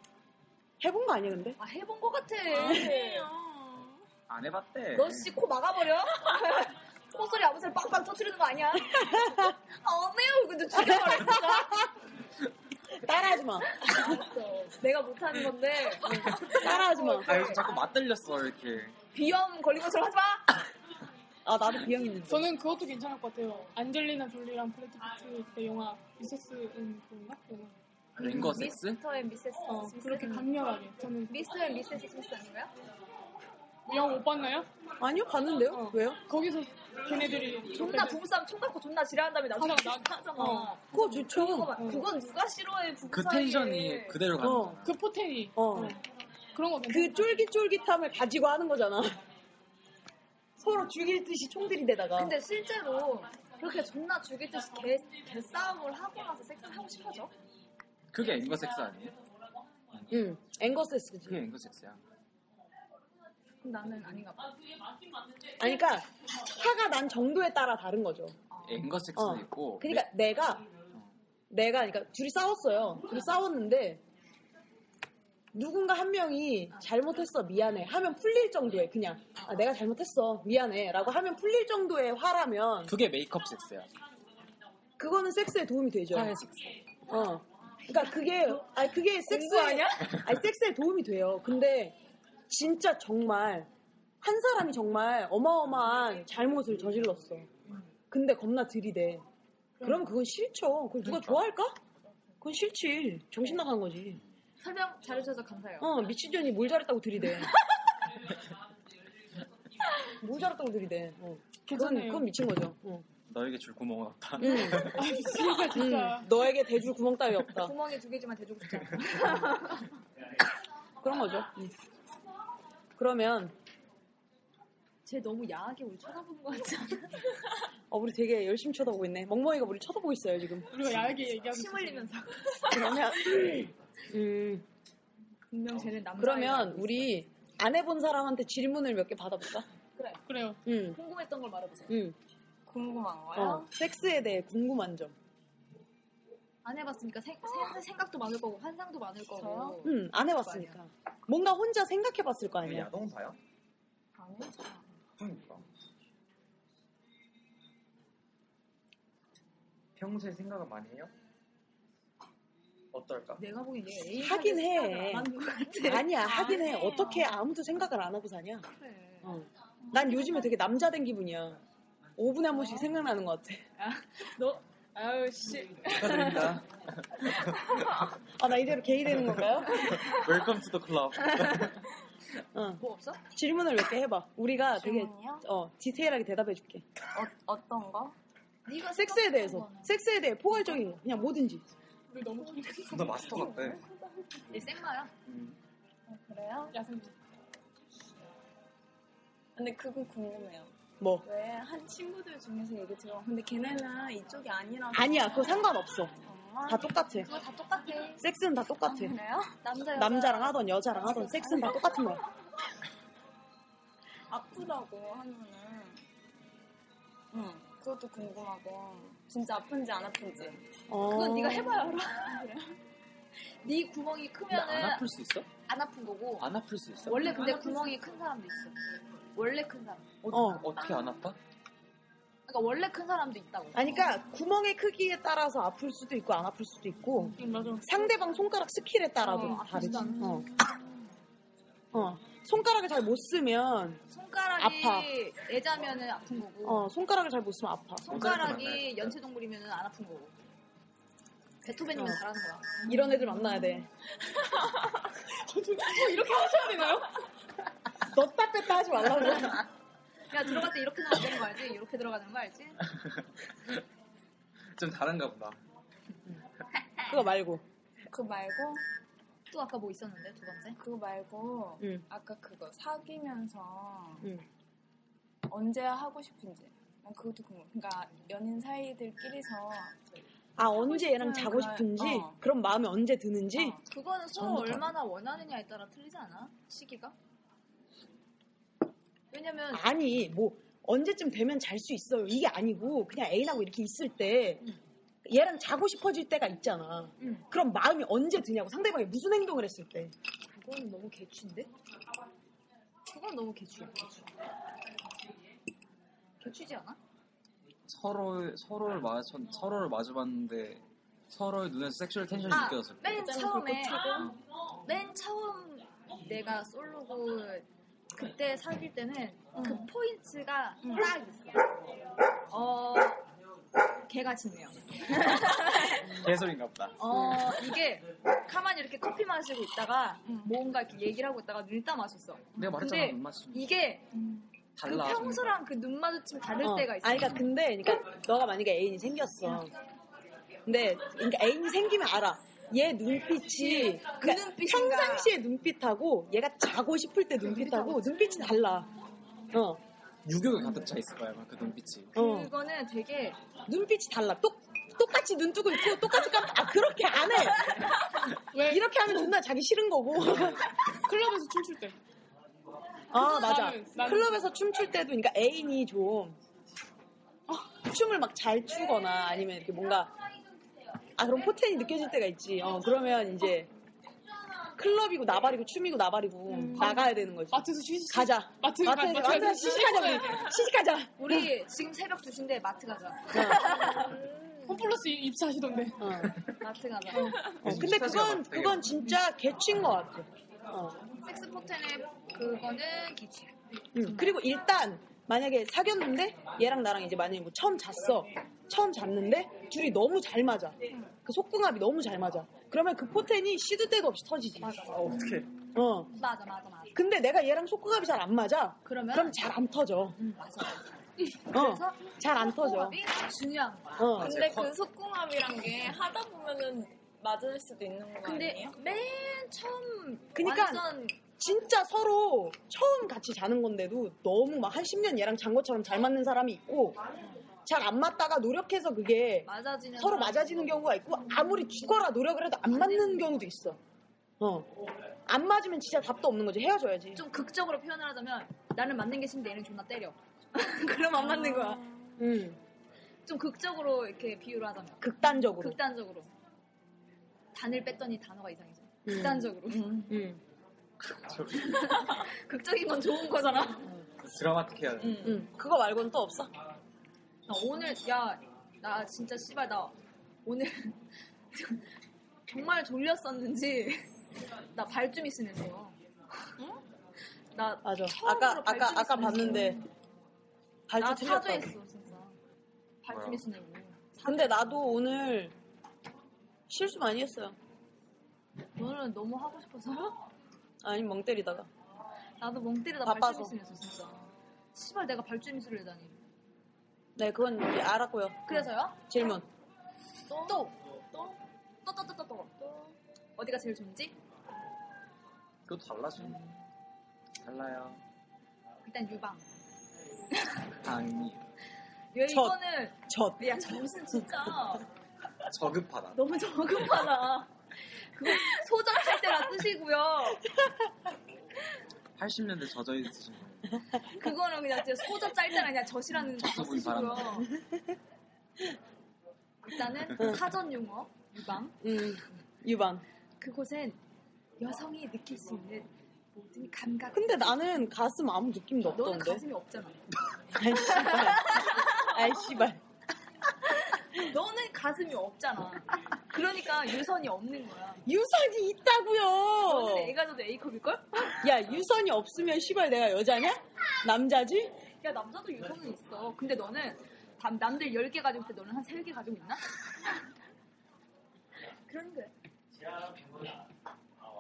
A: 해본 거 아니야 근데?
B: 아 해본 것 같아
D: 안 해봤대.
B: 너 씨 코 막아버려 코소리 아무 소리 빵빵 터트리는 거 아니야 어 매우 근데 죽여버려
A: 따라하지 마.
B: 진짜 내가 못하는 건데
A: 따라하지 마.
D: 아 요즘 자꾸 맞들렸어 이렇게.
B: 비염 걸린 것처럼 하지 마
A: 아 나도 비형 있는데.
C: 저는 그것도 괜찮을 것 같아요. 안젤리나 졸리랑 브래드 피트 그 영화 미세스 앤 그런가? 영화.
D: 랭거 섹스?
B: 미스터 앤 미세스
C: 어,
B: 스미스.
C: 그렇게 강렬하게. 저는
B: 미스터 앤 미세스 스미스 아닌가요?
C: 이 영화 못 봤나요?
A: 아니요 봤는데요?
C: 어.
A: 왜요?
C: 거기서 걔네들이
B: 존나 부부싸움 총 갖고 존나 지랄한 다음에 나중에
C: 하다가 나-
B: 하잖아
C: 어.
A: 그거 좋죠.
B: 그거 봐. 그건 누가 싫어해
D: 그
B: 부부싸움
D: 텐션이 그대로 가는
A: 어.
D: 거야.
C: 그 포텐이.
A: 어.
C: 어. 그런 거
A: 그 쫄깃쫄깃함을 가지고 하는 거잖아. 서로 죽일 듯이 총들이대다가.
B: 근데 실제로 그렇게 존나 죽일 듯이 개, 개싸움을 하고 나서 섹스를 하고 싶어져?
D: 그게 앵거 섹스 아니에요?
A: 응. 앵거세스지.
D: 그게 앵거 섹스야.
B: 그럼 나는 아닌가 봐.
A: 아니, 그러니까 화가 난 정도에 따라 다른 거죠.
D: 앵거 섹스도
A: 어.
D: 있고. 네.
A: 그러니까 내가 내가 그러니까 둘이 싸웠어요. 둘이 싸웠는데 누군가 한 명이 잘못했어 미안해 하면 풀릴 정도의 그냥 아, 내가 잘못했어 미안해라고 하면 풀릴 정도의 화라면
D: 그게 메이크업 섹스야.
A: 그거는 아, 섹스에 도움이 되죠.
D: 화해 섹스.
A: 어. 그러니까 그게 아 그게 섹스 아니야? 아니 섹스에 도움이 돼요. 근데 진짜 정말 한 사람이 정말 어마어마한 잘못을 저질렀어. 근데 겁나 들이대. 그럼 그건 싫죠. 음. 그걸 누가 좋아할까? 그건 싫지. 정신 나간 거지.
B: 설명 잘해주셔서 감사해요.
A: 어 미친년이 뭘 잘했다고 들이대. 뭘 잘했다고 들이대. 어. 그건,
C: 괜찮아요.
A: 그건 미친 거죠. 어.
D: 너에게 줄 구멍은 없다.
A: 음,
C: 아, 진짜 진짜.
A: 음. 너에게 대줄 구멍 따위 없다.
B: 구멍이 두 개지만 대주고 싶지 않아.
A: 그런 거죠. 음. 그러면
B: 쟤 너무 야하게 우리 쳐다보는 것 같지 않아?
A: 어, 우리 되게 열심히 쳐다보고 있네. 멍멍이가 우리 쳐다보고 있어요, 지금.
C: 우리가 야하게 얘기하고
B: 침 흘리면서.
A: 그러면, 음,
B: 분명 쟤는 남자.
A: 그러면 우리 안 해본 사람한테 질문을 몇 개 받아볼까?
C: 그래요.
A: 응,
B: 궁금했던 걸 말해보세요.
A: 응.
B: 궁금한 거야?
E: 아.
A: 어, 섹스에 대해 궁금한 점.
B: 안 해봤으니까 생,
A: 아.
B: 생, 생각도 많을 거고 환상도 많을 거고.
E: 저요?
A: 응, 음, 안 해봤으니까. 뭔가 혼자 생각해봤을 거 아니야.
D: 야동사요?
B: 안 해?
D: 그러니까. 평소에 생각을 많이 해요? 어떨까?
B: 내가 보기엔 얘 A
A: 하긴 해.
B: 안 하는 것 같아.
A: 아니야, 하긴 해.
E: 네. 아니에요. 네.
A: 어떻게 아무도 생각을 안 하고 사냐?
B: 그래.
A: 어. 난 요즘에 되게 남자 된 기분이야. 5분에 한 번씩 생각나는 것 같아.
C: 너 아유
A: 음.
C: 씨.
D: 축하드립니다.
A: 아, 나 이대로 게이 되는 건가요?
D: 웰컴 투 더 클럽.
A: 어.
B: 뭐 없어?
A: 질문을 몇 개 해봐. 우리가 되게
E: 질문이요?
A: 어, 디테일하게 대답해줄게.
E: 어, 어떤 거?
B: 네가
A: 섹스에 대해서,
B: 생각했던
A: 섹스에 대해 포괄적인 거, 그냥 뭐든지.
C: 우리 너무 좋네.
D: 너 마스터 같아.
B: 거는. 얘 생마야.
D: 음.
E: 어, 그래요?
C: 야생.
E: 근데 그거 궁금해요.
A: 뭐
E: 왜 한 친구들 중에서 얘기 들어. 근데 걔네는 이쪽이 아니라서.
A: 아니야, 그거 상관없어.
E: 정말?
A: 다 똑같아.
B: 그거 다 똑같아.
A: 섹스는 다 똑같아.
E: 그래요?
B: 남자 여자.
A: 남자랑 하던 여자랑 하던 섹스는 다 똑같은 거야.
E: 아프다고 하면은. 응. 그것도 궁금하고. 진짜 아픈지 안 아픈지.
A: 어.
B: 그건 네가
A: 해.
B: 해봐야 알아. 네 구멍이
D: 근데
B: 크면은
D: 안 아플 수 있어?
B: 안 아픈 거고.
D: 안 아플 수 있어?
B: 원래 근데 구멍이 큰 사람도 있어. 원래 큰 사람.
A: 어.
D: 어떻게 안 아파?
B: 그러니까 원래 큰 사람도 있다고.
A: 아니, 그러니까 구멍의 크기에 따라서 아플 수도 있고 안 아플 수도 있고
C: 응, 맞아.
A: 상대방 손가락 스킬에 따라서
B: 어,
A: 다르지.
B: 아프지도 않는
A: 어. 어. 손가락을 잘 못 쓰면
B: 손가락이
A: 아파.
B: 애자면은 아픈 거고.
A: 어, 손가락을 잘 못 쓰면 아파.
B: 손가락이 연체동물이면은 안 아픈 거고. 베토벤이면
A: 어.
B: 잘하는 거야.
A: 이런 애들 만나야 돼.
B: 이렇게 하셔야 되나요?
A: 넣다 뺐다 하지 말라고.
B: 야 들어갈 때 이렇게 나가는 거 알지? 이렇게 들어가는 거 알지?
D: 좀 다른가 보다.
A: 그거 말고.
E: 그거 말고,
B: 또 아까 뭐 있었는데 두 번째?
E: 그거 말고,
A: 응.
E: 아까 그거 사귀면서
A: 응.
E: 언제 하고 싶은지. 난 그것도 궁금해. 그러니까 연인 사이들끼리서
A: 아, 언제 얘랑
E: 싶은
A: 자고
E: 그런-
A: 싶은지,
E: 어.
A: 그런 마음이 언제 드는지,
E: 어.
B: 그거는 서로
A: 전부터.
B: 얼마나 원하느냐에 따라 틀리지 않아? 시기가? 왜냐면
A: 아니, 뭐, 언제쯤 되면 잘 수 있어요. 이게 아니고, 그냥 애인하고 이렇게 있을 때, 얘랑 자고 싶어질 때가 있잖아.
B: 응.
A: 그럼 마음이 언제 드냐고, 상대방이 무슨 행동을 했을 때.
B: 그건 너무 개취인데? 그건 너무 개취야 개취. 개취지 않아?
D: 서로 서로를 마주 서로를 마주봤는데 서로의 눈에서 섹슈얼 텐션이 어.
B: 아,
D: 느껴졌을
A: 네,
D: 때.
B: 맨 처음에 맨 처음 내가 솔로고 그때 사귈 때는 그 포인트가 딱 있어. 어 개가 짖네요.
D: 개소리인가 보다.
B: 어 이게 가만히 이렇게 커피 마시고 있다가 뭔가 이렇게 얘기를 하고 있다가 눈딱 마셨어.
D: 내가 말했잖아
B: 근데
D: 눈 맞춤.
B: 이게 그
D: 달라.
B: 평소랑 그 눈 마주침 다를
A: 어.
B: 때가 있어.
A: 아니, 그러니까 근데, 그러니까 너가 만약에 애인이 생겼어. 근데, 그러니까 애인이 생기면 알아. 얘 눈빛이
B: 그
A: 그러니까
B: 눈빛인가.
A: 평상시에 눈빛하고 얘가 자고 싶을 때 눈빛하고 눈빛이 달라. 어,
D: 유격이 가득 차 있을 거야 아마 그 눈빛이.
A: 어.
B: 그거는 되게
A: 눈빛이 달라. 똑, 똑같이 눈 뜨고 있고 똑같이 깜 아, 그렇게 안 해.
C: 왜?
A: 이렇게 하면 존나 자기 싫은 거고.
C: 클럽에서 춤출 때.
A: 아, 맞아.
C: 나는, 나는.
A: 클럽에서 춤출 때도 그러니까 애인이 좀 어, 춤을 막 잘 추거나 아니면 이렇게 뭔가 아, 그럼 포텐이 느껴질 때가 있지. 어, 그러면 이제 클럽이고 나발이고 춤이고 나발이고 나가야 되는 거지.
C: 마트에서 쉬시.
A: 가자.
C: 마트 가-
A: 마트에서
C: 마트에서
A: 마트에서 시식하자. 우리. 시식하자.
B: 우리 지금 새벽 2시인데 마트 가자.
C: 홈플러스 입사하시던데.
A: 어, 어.
B: 마트 가자.
A: 어, 근데 그건 그건 진짜 개취인 것 같아. 어.
B: 섹스 포텐의 그거는 기치야.
A: 음, 그리고 일단 만약에 사귀었는데 얘랑 나랑 이제 만약에 뭐 처음 잤어 처음 잤는데 둘이 너무 잘 맞아 그 속궁합이 너무 잘 맞아 그러면 그 포텐이 시도 때도 없이 터지지
D: 아 어떻게?
A: 어
B: 맞아 맞아 맞아.
A: 근데 내가 얘랑 속궁합이 잘 안 맞아
B: 그러면
A: 그럼 잘 안 터져
B: 음, 맞아.
A: 어 잘 안 터져
B: 호흡이 중요한 거야.
A: 어
E: 근데 그 속궁합이란 게 하다 보면은 맞을 수도 있는 거
B: 근데
E: 아니에요?
B: 맨 처음
A: 그니까
B: 완전
A: 진짜 서로 처음 같이 자는 건데도 너무 막 한 10년 얘랑 잔 것처럼 잘 맞는 사람이 있고 잘 안 맞다가 노력해서 그게
B: 맞아지는
A: 서로
B: 사람.
A: 맞아지는 경우가 있고 아무리 죽어라 노력을 해도 안 맞는 경우도 있어. 어. 안 맞으면 진짜 답도 없는 거지. 헤어져야지.
B: 좀 극적으로 표현을 하자면 나는 맞는 게 싫은데 얘는 존나 때려. 그럼 안 맞는 거야.
A: 음.
B: 좀 극적으로 이렇게 비유를 하자면
A: 극단적으로.
B: 극단적으로 단을 뺐더니 단어가 이상해져.
A: 음.
B: 극단적으로.
A: 음.
B: 극적인 건 좋은 거잖아.
D: 드라마틱해야 돼.
B: 음.
A: 음. 그거 말고는 또 없어?
B: 나 오늘 야 나 진짜 씨발 나 오늘 정말 졸렸었는지 나 발주미 쓰면서 응? 나
A: 맞아.
B: 처음으로
A: 아까 아까
B: 발주미
A: 아까
B: 쓰는
A: 봤는데
B: 나
A: 발주 틀렸다고.
B: 사죄했어 진짜 발주미 쓰는 거
A: 근데 나도 오늘 실수 많이 했어요.
B: 오늘은 너무 하고 싶어서
A: 아니 멍 때리다가.
B: 나도 멍 때리다
A: 바빠서.
B: 발주미 쓰면서 진짜 씨발 내가 발주미 쓰려다니
A: 네, 그건 이제 알았고요.
B: 그래서요
A: 질문.
B: 또또또또또또 어디가 제일 좋은지
D: 그것도 달라지네. 달라요.
B: 일단 유방
D: 당이
B: 야,
A: 첫.
B: 이거는
A: 젖.
B: 야 정신 진짜
D: 저급하다.
B: 너무 저급하다. 그거 소장할 때나 쓰시고요.
D: 80년대 젖어 있으신 분.
B: 그거는 그냥 진짜 소자 짤 때나 그냥 젖이라는 단어
D: 적소부위
B: 쓰시고요.
D: 바란다.
B: 일단은 사전 용어 유방
A: 음. 유방.
B: 그곳엔 여성이 느낄 수 있는 모든 감각.
A: 근데 나는 가슴 아무 느낌도
B: 너는
A: 없던데.
B: 가슴이 없잖아.
A: 아이 씨발. 아이 씨발.
B: 너는 가슴이 없잖아. 그러니까 유선이 없는 거야.
A: 유선이
B: 너는
A: 있다고요.
B: 애가 져도 A컵일 걸?
A: 야 유선이 없으면 씨발 내가 여자냐? 남자지?
B: 야 남자도 유선은 있어. 근데 너는 남- 남들 10개 가지고 있을 때 너는 한 3개 가지고 있나? 그런 거야.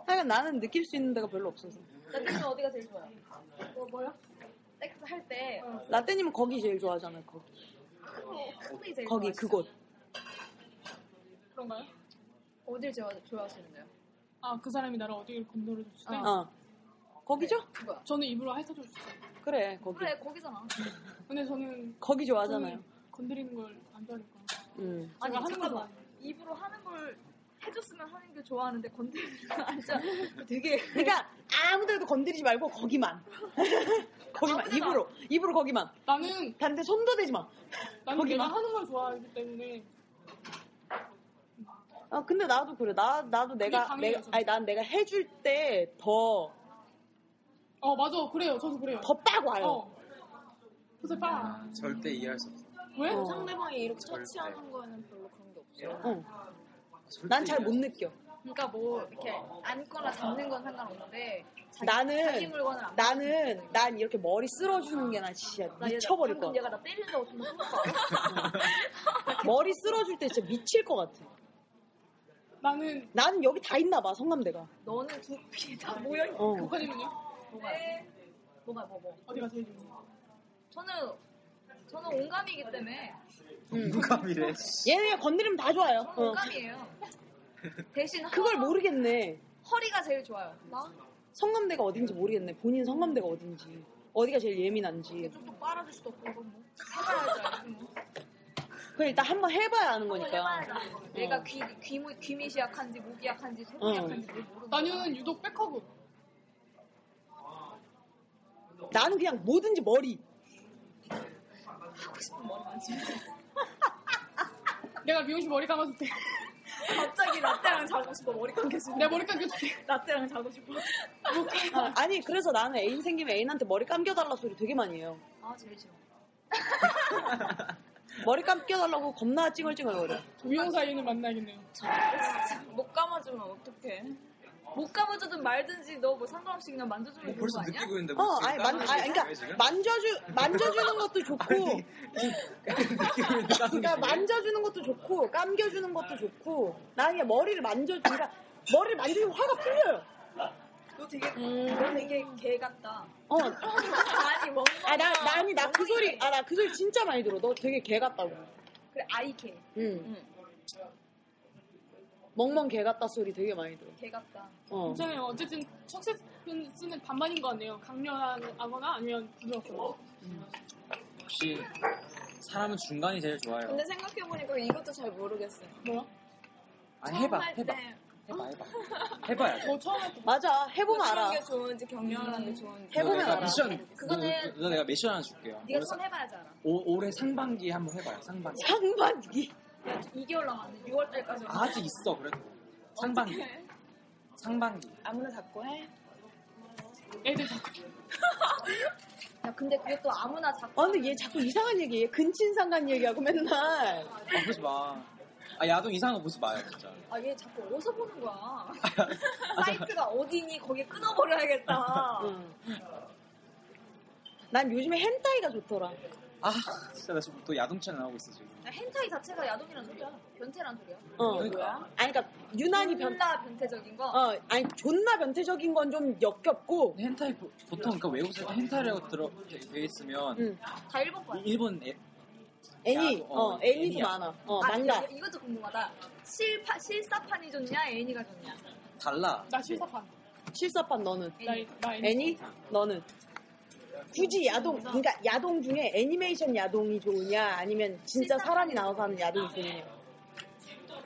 A: 하여간 나는 느낄 수 있는 데가 별로 없어서.
B: 나때는 어디가 제일 좋아요? 뭐, 뭐요? 섹스 할 때
A: 라떼님은 거기 제일 좋아하잖아요. 거기.
B: 크게 어, 제일
A: 거기
B: 좋아하시죠?
A: 그곳.
B: 그런가요? 어딜 좋아, 좋아하시는데요?
C: 아 그 사람이 나를 어디를 건드려줬을 때
A: 어. 거기죠?
B: 그거야
C: 저는 입으로 핥아줬어요.
A: 그래 거기.
B: 네. 그래 거기잖아
C: 근데 저는
A: 거기 좋아하잖아요.
C: 저는 건드리는 걸 안 좋아하니까.
A: 음.
B: 아니
C: 하는
B: 잠깐만
C: 거잖아.
B: 입으로 하는 걸 해줬으면 하는 게 좋아하는데 건드리는 거 아니죠? 되게
A: 그러니까 아무데도 건드리지 말고 거기만. 거기만.
B: 아무데나.
A: 입으로. 입으로 거기만.
C: 나는
A: 단데 손도 대지 마.
C: 나는
A: 거기
C: 내가
A: 막-
C: 하는 걸 좋아하기 때문에
A: 아 근데 나도 그래. 나 나도 내가
C: 강해요,
A: 내가
C: 진짜.
A: 아니 난 내가 해줄 때 더 더 빡
C: 어 맞아 그래요 저도 그래요.
A: 와요.
C: 어. 그래서
A: 아.
C: 빠
D: 아, 절대 이해할 수 없어.
C: 왜?
A: 어.
E: 상대방이 이렇게
D: 절대. 아,
E: 터치하는 거에는 별로 그런 게 없어요.
A: 응.
D: 절대
A: 난 잘 못
D: 이해할
A: 느껴.
B: 그러니까 뭐 이렇게 안거나 잡는 건 상관없는데 자기,
A: 나는-
B: 자기 물건을 안
A: 나는 난 이렇게 머리 쓸어주는 게 난 진짜
B: 얘
A: 미쳐버릴 것
B: 방금
A: 같아.
B: 얘가 나 때린다고 정말 생각하고
A: 머리 쓸어줄 때 진짜 미칠 것 같아.
C: 나는
A: 나는 여기 다 있나 봐 성남대가.
B: 너는 두피 다 모여있는
A: 어.
C: 독한이면요
B: 뭐가요? 뭐가 뭐뭐
C: 어디가 제일 좋은가?
B: 저는 저는 온감이기 때문에
D: 수 없어. 공감이래.
A: 얘네가 건드리면 다 좋아요.
B: 저는
A: 어.
B: 온감이에요. 대신
A: 그걸
B: 허,
A: 모르겠네.
B: 허리가 제일 좋아요. 나
A: 성남대가 어딘지 모르겠네. 본인 성남대가 어딘지. 어디가 제일
B: 이게
A: 예민한지.
B: 좀더 빨아줄 수도 없고 이건 뭐 해봐야죠. 뭐.
A: 그 일단 한번 해봐야 아는
B: 한번
A: 거니까.
B: 해봐야죠. 내가 귀 귀무 귀밑이 약한지 목이 약한지
A: 어.
B: 속이 약한지 뭘 모르는 거야.
C: 나는 유독 백허브.
A: 어. 나는 그냥 뭐든지 머리.
B: 하고 싶은 머리 만지면
C: 내가 미용실 머리 감아줄 때.
B: 갑자기 라떼랑 자고 싶어 머리 감겨주고
C: 내 머리 감겨줄 때.
B: 라떼랑 자고 싶어.
A: 아, 아니 그래서 나는 애인 생기면 애인한테 머리 감겨달라 소리 되게 많이 해요.
B: 아 제일 싫어.
A: 머리 감겨달라고 겁나 찡얼찡얼거려.
C: 미용사인을 만나야겠네요.
B: 못 감아주면 어떡해. 못 감아주든 말든지 너 뭐 상관없이 그냥 만져주면 되는 거
D: 벌써
B: 아니야?
D: 느끼고 있는데
A: 어,
D: 뭐 지금
A: 아니 만,
D: 다른
A: 아니
D: 얘기예요, 지금?
A: 그러니까 만져주 만져주는 것도 좋고,
D: 느끼고 있는 다른
A: 그러니까
D: 얘기예요?
A: 만져주는 것도 좋고, 감겨주는 것도 좋고, 나는 그냥 머리를 만져, 그러니까 머리를 만지면 화가 풀려요.
B: 너 되게
A: 음.
B: 너 되게 개 같다.
A: 어,
B: 아니 멍.
A: 아, 나, 나 아니 나 그 소리, 아 나 그 소리 진짜 많이 들어. 너 되게 개 같다고.
B: 그래 아이 개.
A: 응. 멍멍 개 같다 소리 되게 많이 들어.
B: 개 같다.
A: 어.
C: 괜찮아요. 어쨌든 청색은 쓰는 반반인 것 같네요. 강렬하거나 아니면 부드럽거나.
F: 역시 사람은 중간이 제일 좋아요.
E: 근데 생각해보니까 이것도 잘 모르겠어요.
C: 뭐야?
F: 아 해봐,
E: 처음 할
F: 해봐,
E: 때
F: 해봐, 해봐, 해봐야.
C: 뭐 처음에
A: 맞아 해보면 알아.
E: 부드러운 게 좋은지 격렬한
B: 음,
E: 게 좋은지.
A: 해보면
F: 내가
A: 알아.
F: 미션,
B: 그거는-
F: 그거 내가 미션 하나 줄게요.
B: 네가
F: 올해
B: 처음 해봐야지 알아.
F: 오, 올해 상반기 한번 해봐요. 상반기.
A: 상반기.
B: 2개월 남았네. 6월달까지.
F: 아직 있어 그래도. 상반기. 상반기.
E: 아무나 잡고 해.
C: 애들 자꾸
B: 야, 근데 그게 또 아무나
A: 아
B: 잡고.
A: 근데 얘 자꾸 이상한 얘기해. 근친상간 얘기하고 맨날.
F: 아, 보지 마. 아 야동 이상한 거 보지 마요 진짜.
B: 아, 얘 자꾸 어디서 보는 거야? 사이트가 어디니? 거기 끊어버려야겠다.
A: 응. 난 요즘에 hentai 가 좋더라.
F: 아 진짜 나 지금 또 야동 채널 나오고 있어 지금.
B: 야, hentai 자체가 야동이란 소리야. 변태란 소리야.
A: 어.
F: 그러니까.
A: 아니 그러니까 유난히 변.
B: 존나 변태적인 거.
A: 어 아니 존나 변태적인 건 좀 역겹고.
F: 헨타이 보- 보통 그러니까 외국에서 헨타이라고 들어 돼 있으면
A: 응.
B: 다 일본 거야.
F: 일본 애,
A: 애니.
F: 야,
A: 어,
F: 어,
A: 애니도
F: 애니야.
A: 많아. 어
B: 아,
A: 망가.
B: 이- 이것도 궁금하다. 실파, 실사판이 좋냐? 애니가 좋냐?
F: 달라.
C: 나 실사판.
A: 실사판 너는.
C: 나, 이- 나 네. 애니.
A: 애니 너는. 굳이 야동, 그러니까 야동 중에 애니메이션 야동이 좋으냐, 아니면 진짜 사람이 나와서 하는 야동이
B: 아, 네.
A: 좋으냐.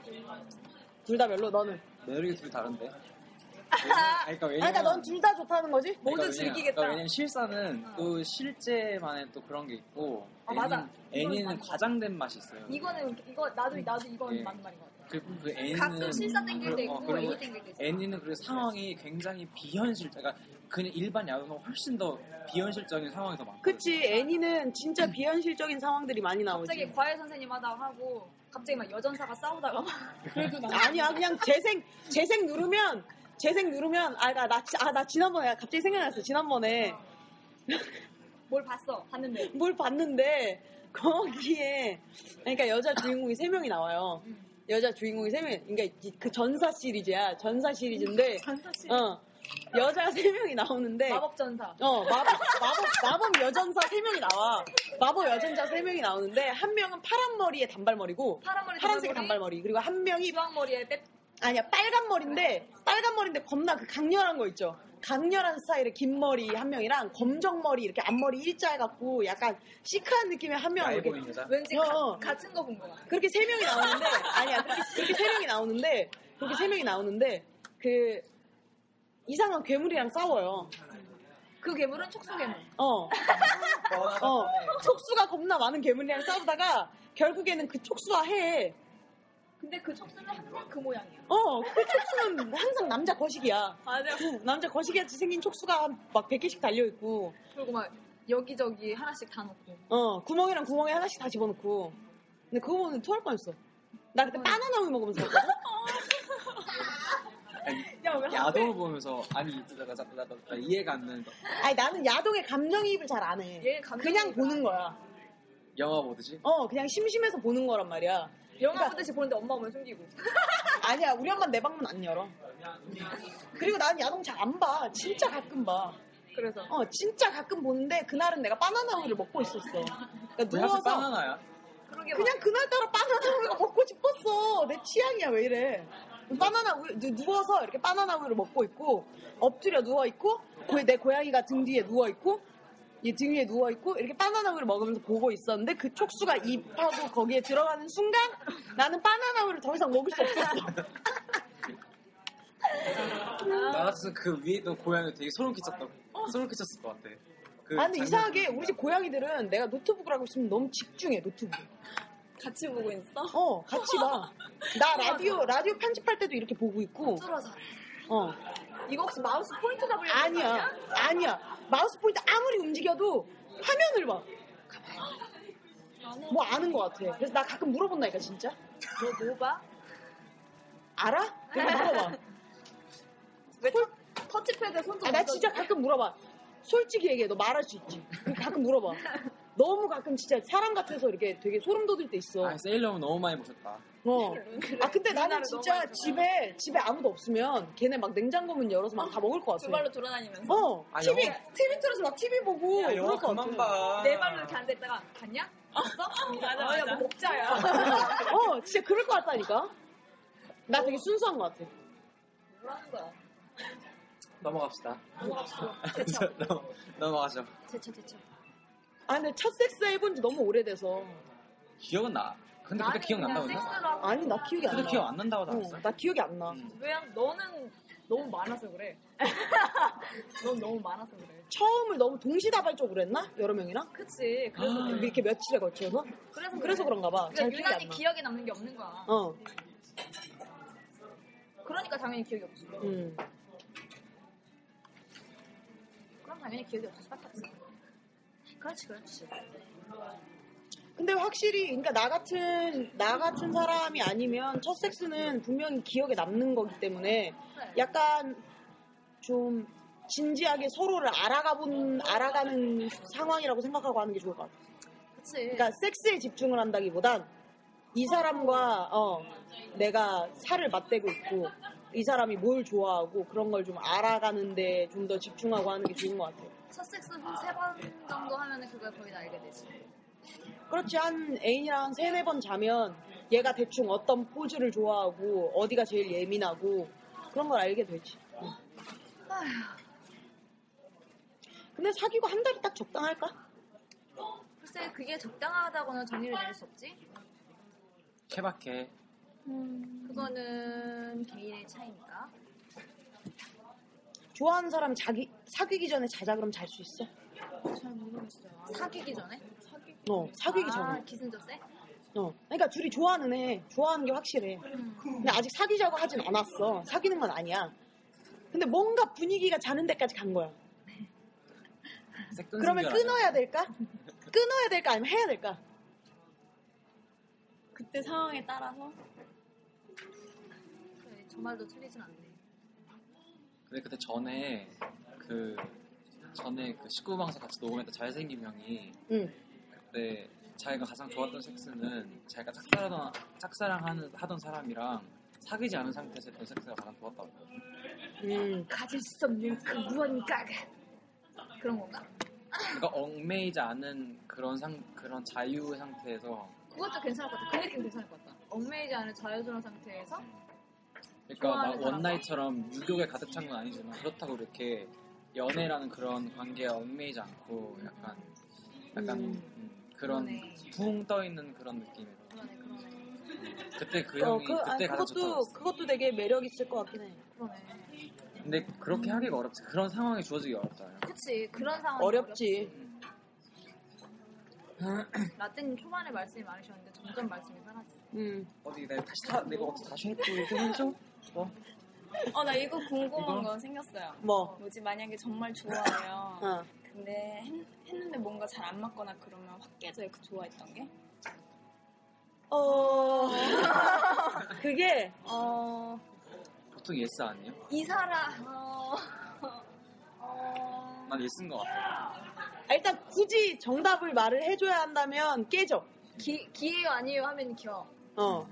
A: 둘 다 별로, 너는.
F: 매력이 네, 둘 다른데. 왜냐- 아니, 그러니까
A: 아, 그러니까 넌 둘 다 좋다는 거지?
F: 그러니까
B: 모두
F: 왜냐면-
B: 즐기겠다.
F: 그러니까 왜냐면 실사는
B: 어.
F: 또 실제만의 또 그런 게 있고
B: 아, 맞아. 이건
F: 애니는
B: 맞아.
F: 과장된 맛이 있어요.
B: 이거는, 이거, 나도, 나도 이건
F: 예.
B: 맞는 말인 것 같아.
F: 그, 그 애니는
B: 가끔 실사 땡길 때
F: 어,
B: 있고,
F: 그런 거-
B: 애니 땡길 때 있어.
F: 애니는 그래서 상황이 굉장히 비현실, 그러니까 그냥 일반 야동은 훨씬 더 비현실적인 상황이 더 많고.
A: 그치, 애니는 진짜 비현실적인 상황들이 많이
B: 갑자기
A: 나오지.
B: 과외 선생님 하다 하고, 갑자기 막 여전사가 싸우다가 막.
C: 그래도 나
A: 아니야, 그냥 재생, 재생 누르면, 재생 누르면, 아, 나, 나, 지- 아, 나 지난번에, 갑자기 생각났어, 지난번에.
B: 뭘 봤어? 봤는데.
A: 뭘 봤는데, 거기에, 그러니까 여자 주인공이 세명이 나와요.
B: 음.
A: 여자 주인공이 세명 그러니까 이- 그 전사 시리즈야. 전사 시리즈인데, 어, 여자 세명이
B: 네.
A: 나오는데,
B: 마법전사.
A: 어, 마법, 마법, 마법 여전사 세명이 나와. 마법 여전사 세명이 나오는데, 한 명은 파란 머리에 단발머리고,
B: 파란 머리,
A: 파란색의 단발머리, 그리고 한 명이
B: 주황 머리에 빼.
A: 아니야 빨간 머리인데 빨간 머리인데 겁나 그 강렬한 거 있죠. 강렬한 스타일의 긴 머리 한 명이랑 검정 머리 이렇게 앞머리 일자 해갖고 약간 시크한 느낌의 한 명.
F: 야해
A: 이렇게
F: 보이는 여자.
B: 왠지
A: 어.
B: 가, 같은 거 본 거야.
A: 그렇게 세 명이 나오는데 아니야 그렇게, 그렇게 세 명이 나오는데 그렇게 세 명이 나오는데 그 이상한 괴물이랑 싸워요.
B: 그 괴물은 촉수 괴물.
A: 어, 어, 촉수가 겁나 많은 괴물이랑 싸우다가 결국에는 그 촉수와 해.
B: 근데 그 촉수는 항상 그 모양이야.
A: 어, 그 촉수는 항상 남자 거식이야. 맞아. 남자 거식같이 생긴 촉수가 막 100개씩 달려있고,
B: 그리고 막 여기저기 하나씩 다 넣고.
A: 어, 구멍이랑 구멍에 하나씩 다 집어넣고. 근데 그거 보면 토할 뻔했어. 나 그때 바나나 우유 먹으면서 봤거든?
F: 야동을 보면서 아니 나, 나, 나, 나, 나 이해가 안 되는 거.
A: 아니, 나는 야동에 감정이입을 잘 안 해.
B: 얘 감정이
A: 그냥 보는 거야.
F: 영화 보듯이.
A: 어, 그냥 심심해서 보는 거란 말이야. 그러니까
B: 영화 보듯이 보는데 엄마 오면 숨기고.
A: 아니야, 우리 엄마는 내 방문 안 열어. 그리고 난 야동 잘 안 봐. 진짜 가끔 봐.
B: 그래서
A: 어, 진짜 가끔 보는데, 그날은 내가 바나나 우유를 먹고 있었어. 그러니까
F: 왜 하필
A: 누워서.
F: 바나나야?
B: 아. 그러게 막
A: 그냥 그날따라 바나나 우유가 먹고 싶었어. 내 취향이야, 왜 이래. 바나나 우유, 누- 누워서 이렇게 바나나 우유를 먹고 있고, 엎드려 누워있고, 고- 내 고양이가 등 뒤에 누워있고, 얘 등 위에 누워있고, 이렇게 바나나 우유를 먹으면서 보고 있었는데, 그 촉수가 입하고 거기에 들어가는 순간, 나는 바나나 우유를 더 이상 먹을 수 없었어.
F: 나 같은 그 위에 있던 고양이 되게 소름 끼쳤다.
B: 어.
F: 소름 끼쳤을 것 같아. 그
A: 아, 근데
F: 장면
A: 이상하게
F: 보면서.
A: 우리 집 고양이들은 내가 노트북을 하고 있으면 너무 집중해, 노트북.
E: 같이 보고 있어?
A: 어, 같이 봐. 나 라디오, 라디오 편집할 때도 이렇게 보고 있고,
B: 뚫어서.
A: 어.
B: 이거 혹시 마우스 포인트 잡으려고 하는 거
A: 아니야, 아니야. 마우스 포인트 아무리 움직여도 화면을 봐. 뭐 아는 것 같아. 그래서 나 가끔 물어본다니까 진짜.
B: 너 뭐 봐?
A: 알아? 그래 물어봐.
B: 왜 터, 터치패드 손좀
A: 아, 나 진짜 가끔 물어봐. 솔직히 얘기해. 너 말할 수 있지. 근데 가끔 물어봐. 너무 가끔 진짜 사람 같아서 이렇게 되게 소름 돋을 때 있어.
F: 아 세일러문 너무 많이 보셨다.
A: 어. 아 근데 나는 진짜 집에 집에 아무도 없으면 걔네 막 냉장고 문 열어서 막 다 먹을 것
E: 두
A: 같아.
E: 발로 돌아다니면서.
A: 어.
F: 아,
A: TV
F: 영화-
A: TV 틀어서 막 TV 보고
F: 야, 영화
A: 그럴 것네 같아.
F: 그만 봐.
B: 내네 발로 이렇게 앉아있다가 갔냐? 어, 뭐 왔어? 맞아, 맞아. 먹자야.
A: 어, 진짜 그럴 것 같다니까. 나 되게 순수한 것 같아.
B: 뭐라는 거야?
F: 넘어갑시다.
B: 넘어갑시다.
F: 그래서 넘- 넘어가죠.
B: 제쳐 제쳐.
A: 아 근데 첫 섹스 해본 지 너무 오래돼서
F: 기억은 나. 근데 그때 기억 난다 고했나
B: 섹스라고.
A: 아니 나 기억이 안
F: 그때
A: 나.
F: 기억 안 난다고
A: 어,
F: 나왔어.
A: 나 기억이 안 나.
F: 음.
B: 왜양 너는 너무 많아서 그래. 넌 너무 많아서 그래.
A: 처음을 너무 동시다발적으로 했나? 여러 명이랑?
B: 그치. 그래서
F: 아.
A: 그래서 이렇게 며칠에 걸쳐서?
B: 아. 그래서
A: 그래서
B: 그래.
A: 그런가 봐. 잘 기억이
B: 그러니까 유난히
A: 안 나.
B: 기억에 남는 게 없는 거야.
A: 어,
B: 그러니까 당연히 기억이 없지.
A: 음.
B: 그럼 당연히 기억이 없을 수밖에 없어. 그렇지 그렇지.
A: 근데 확실히, 그러니까 나 같은, 나 같은 사람이 아니면 첫 섹스는 분명히 기억에 남는 거기 때문에
B: 그래.
A: 약간 좀 진지하게 서로를 알아가본, 알아가는 상황이라고 생각하고 하는 게 좋을 것 같아.
B: 그치.
A: 그러니까 섹스에 집중을 한다기보단 이 사람과 어, 내가 살을 맞대고 있고 이 사람이 뭘 좋아하고 그런 걸 좀 알아가는데 좀 더 집중하고 하는 게 좋은 것 같아요.
B: 첫 섹스 한세번 정도 하면은 그걸 거의 다 알게 되지.
A: 그렇지 한 애인이랑 한 세네 번 자면 얘가 대충 어떤 포즈를 좋아하고 어디가 제일 예민하고 그런 걸 알게 되지. 응. 근데 사귀고 한 달이 딱 적당할까?
B: 글쎄 그게 적당하다고는 정의를 내릴 수 없지.
F: 케바케.
B: 그거는 개인의 차이니까.
A: 좋아하는 사람이 자기 사귀기 전에 자자 그럼 잘 수 있어?
B: 사귀기 전에.
A: 어 사귀기 전에.
B: 아, 기승전세?
A: 어. 그러니까 둘이 좋아하는 애, 좋아하는 게 확실해. 근데 아직 사귀자고 하진 않았어. 사귀는 건 아니야. 근데 뭔가 분위기가 자는 데까지 간 거야.
F: 색돈
A: 그러면
F: 생겨라.
A: 끊어야 될까? 끊어야 될까? 아니면 해야 될까?
B: 그때 상황에 따라서? 그래, 저 말도 틀리진 않네.
F: 근데 그때 전에 그 전에 그 19방에서 같이 녹음했던 잘생긴 형이
A: 응.
F: 그때 자기가 가장 좋았던 섹스는 자기가 짝사랑 짝사랑하는 하던 사람이랑 사귀지 않은 상태에서 했던 섹스가 가장 좋았다고.
A: 음.
B: 가질 수 없는 그 무언가가. 그런 건가?
F: 그러니까 얽매이지 않은 그런 상 그런 자유 상태에서
B: 그것도 괜찮을 것 같아. 그 느낌 괜찮을 것 같다. 얽매이지 않은 자연스러운 상태에서?
F: 그러니까
B: 좋아하는
F: 막
B: 사람과?
F: 원나잇처럼 유혹에 가득 찬 건 아니지만 그렇다고 이렇게 연애라는 그런 관계에 얽매이지 않고 약간 약간 음, 그런
B: 그러네.
F: 붕 떠 있는 그런 느낌으로
B: 그러네, 그러네.
F: 그때 그
A: 어,
F: 형이
A: 그,
F: 그때
A: 아니,
F: 가장 좋다고
A: 그것도,
F: 했어.
A: 그것도 되게 매력 있을 것 같긴 해.
B: 그러네.
F: 근데 그렇게 하기가 어렵지. 그런 상황이 주어지기 어렵잖아요.
B: 그치, 그런 상황이
A: 어렵지.
B: 어렵지. 라떼님 초반에 말씀이 많으셨는데 점점 말씀이 사라지네.
A: 음.
F: 어디 내가 다시 다 내가 어디 다시 해도 이렇게 해줘?
E: 어, 나 이거 궁금한
F: 이거?
E: 거 생겼어요.
A: 뭐.
E: 뭐지, 만약에 정말 좋아해요.
A: 어.
E: 근데 했, 는데 뭔가 잘 안 맞거나 그러면 확 깨져요, 그 좋아했던 게.
A: 어. 그게, 어.
F: 보통 예스 아니에요?
B: 이 사람, 어... 어...
F: 난 예스인 것 같아.
A: 아, 일단 굳이 정답을 말을 해줘야 한다면 깨져.
B: 기, 기예요, 아니에요 하면 겨.
A: 어.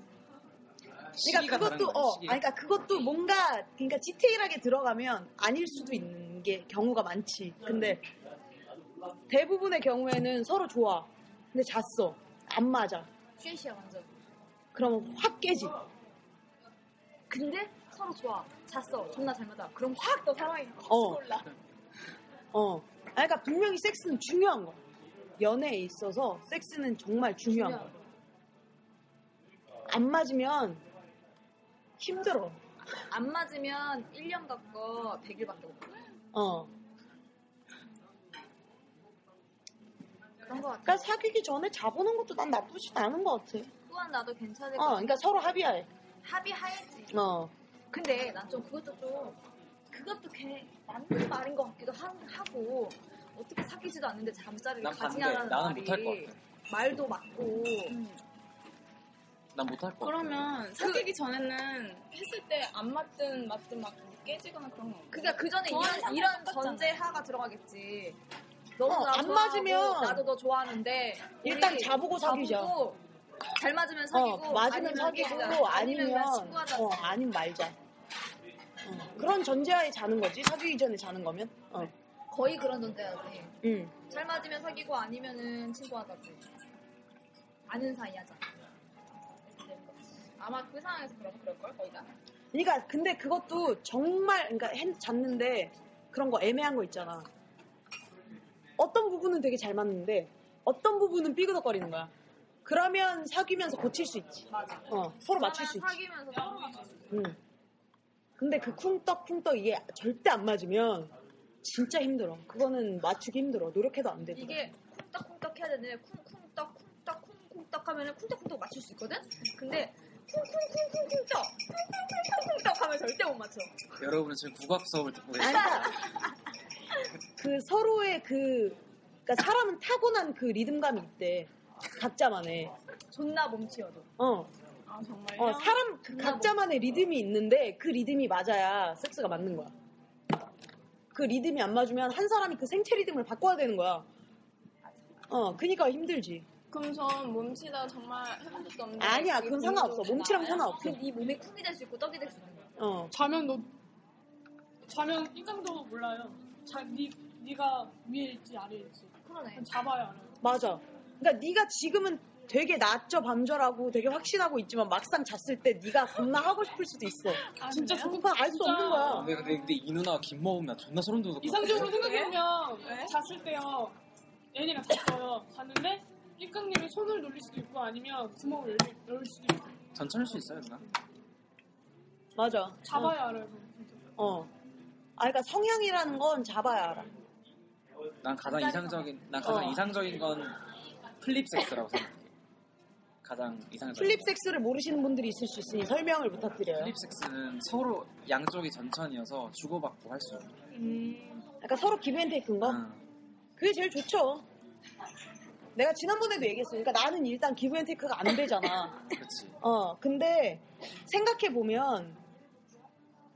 A: 그러니까
F: 시기가 다른
A: 그것도
F: 거지,
A: 어,
F: 시기가.
A: 아니, 그러니까 그것도 뭔가 그러니까 디테일하게 들어가면 아닐 수도 있는 게 경우가 많지. 근데 대부분의 경우에는 서로 좋아. 근데 잤어. 안 맞아.
B: 쉐시야, 완전.
A: 그러면 확 깨지.
B: 근데 서로 좋아. 잤어. 존나 잘 맞아. 그럼 확 또 상황이
A: 어.
B: 올라.
A: 어. 아니, 그러니까 분명히 섹스는 중요한 거야. 연애에 있어서 섹스는 정말 중요한 거야. 안 맞으면 힘들어.
B: 안 맞으면 1년 갖고 100일밖에 못 가.
A: 어.
B: 그런 거 같아.
A: 그러니까 사귀기 전에 자보는 것도 난 나쁘진 않은 것 같아.
B: 또한 나도 괜찮을 것
A: 어,
B: 같아.
A: 그러니까 서로 합의해.
B: 합의하였지.
A: 어.
B: 근데 난 좀 그것도 좀 그것도 걔 맞는 말인 것 같기도 하, 고 어떻게 사귀지도 않는데 잠자리를
F: 난 반대.
B: 그러니까 가지냐라는
F: 나는
B: 말이
F: 못할 것 같아.
B: 말도 맞고
E: 음.
F: 난 못할 것 같아.
E: 그러면 사귀기 전에는 했을 때 안 맞든 맞든 막 깨지거나 그런 거 없고.
B: 그러니까 그 전에
E: 좋아하는
B: 이런,
E: 사람이
B: 이런
E: 똑같잖아.
B: 전제하가 들어가겠지. 너도
A: 어,
B: 나
A: 안
B: 좋아하고
A: 맞으면
B: 나도 너 좋아하는데
A: 일단
B: 우리
A: 자보고 사귀자.
B: 자보고 잘 맞으면
A: 어,
B: 사귀고
A: 맞으면
B: 아니면
A: 사귀고
B: 그냥- 아니면
A: 아니면
B: 그냥 친구하자.
A: 어, 아니면 말자. 어, 그런 전제하에 자는 거지 사귀기 전에 자는 거면. 어,
B: 거의 그런 존재야지.
A: 음,
B: 잘 맞으면 사귀고 아니면은 친구하자지. 아는 사이 하자. 아마 그 상황에서 그런 그럴걸 거의 다.
A: 그러니까 근데 그것도 정말 그러니까 핸 잡는데 그런 거 애매한 거 있잖아. 어떤 부분은 되게 잘 맞는데 어떤 부분은 삐그덕거리는 거야. 그러면 사귀면서 고칠 수 있지. 어, 서로 맞출 수 있지.
B: 사귀면서 서로 맞출 수 있지.
A: 응. 근데 그 쿵떡쿵떡 이게 절대 안 맞으면 진짜 힘들어. 그거는 맞추기 힘들어. 노력해도 안 되고.
B: 이게 쿵떡쿵떡 해야 되는데 쿵쿵떡 쿵떡 쿵쿵떡 하면은 쿵떡쿵떡 맞출 수 있거든? 근데 쿵쿵쿵쿵쿵떡 쿵쿵쿵쿵쿵떡 하면 절대 못 맞춰.
F: 여러분은 지금 국악 수업을 듣고 계세요.
A: 그러니까 그 서로의 그 그러니까 사람은 타고난 그 리듬감이 있대. 각자만의.
B: 존나 몸치여도.
A: 어.
E: 아 정말요?
A: 어, 사람 그 각자만의 리듬이 있는데 그 리듬이 맞아야 섹스가 맞는 거야. 그 리듬이 안 맞으면 한 사람이 그 생체 리듬을 바꿔야 되는 거야. 어, 그니까 힘들지.
E: 그럼 전 몸치다 정말 해본 적도 없는데
A: 아니야,
E: 그게
A: 그건 상관없어.
E: 공부로
A: 몸치랑
E: 나와요?
A: 상관없어.
B: 그네 몸에 쿵이 될 수 있고 떡이 될 수 있는 거야.
A: 어,
C: 자면 너 자면 인상도 몰라요. 자, 니 니가 위에 있지 아래에 있지.
B: 그러네.
C: 그냥 잡아야 알아요.
A: 맞아. 그러니까 네가 지금은 되게 낮죠 밤절하고 되게 확신하고 있지만 막상 잤을 때 네가 겁나 하고 싶을 수도 있어.
C: 아,
A: 진짜 조금만 알 수
C: 진짜.
A: 없는 거야.
F: 근데, 아, 근데, 근데 이 누나가 김 먹으면 나 존나 소름 돋을 것
C: 이상적으로
F: 같아요.
C: 생각해보면 잤을 때요. 애니가 잤어요. 잤는데 일강님이 손을 놀릴 수도 있고 아니면 구멍을 열, 열 수도 있고
F: 전 참을 수 있어요, 누나.
A: 맞아.
C: 잡아야 알아요. 저는 진짜.
A: 어. 어. 아, 그러니까 성향이라는 건 잡아야 알아.
F: 난 가장 이상적인, 난 가장
A: 어.
F: 이상적인 건 플립 섹스라고 생각해. 가장 이상적인.
A: 플립 섹스를 모르시는 분들이 있을 수 있으니 설명을 부탁드려요.
F: 플립 섹스는 서로 양쪽이 전천이어서 주고받고 할 수 있는.
A: 약간 서로 기브앤테이크인 거?
F: 응.
A: 그게 제일 좋죠. 내가 지난번에도 얘기했으니까 나는 일단 기브앤테이크가 안 되잖아.
F: 그렇지.
A: 어, 근데 생각해 보면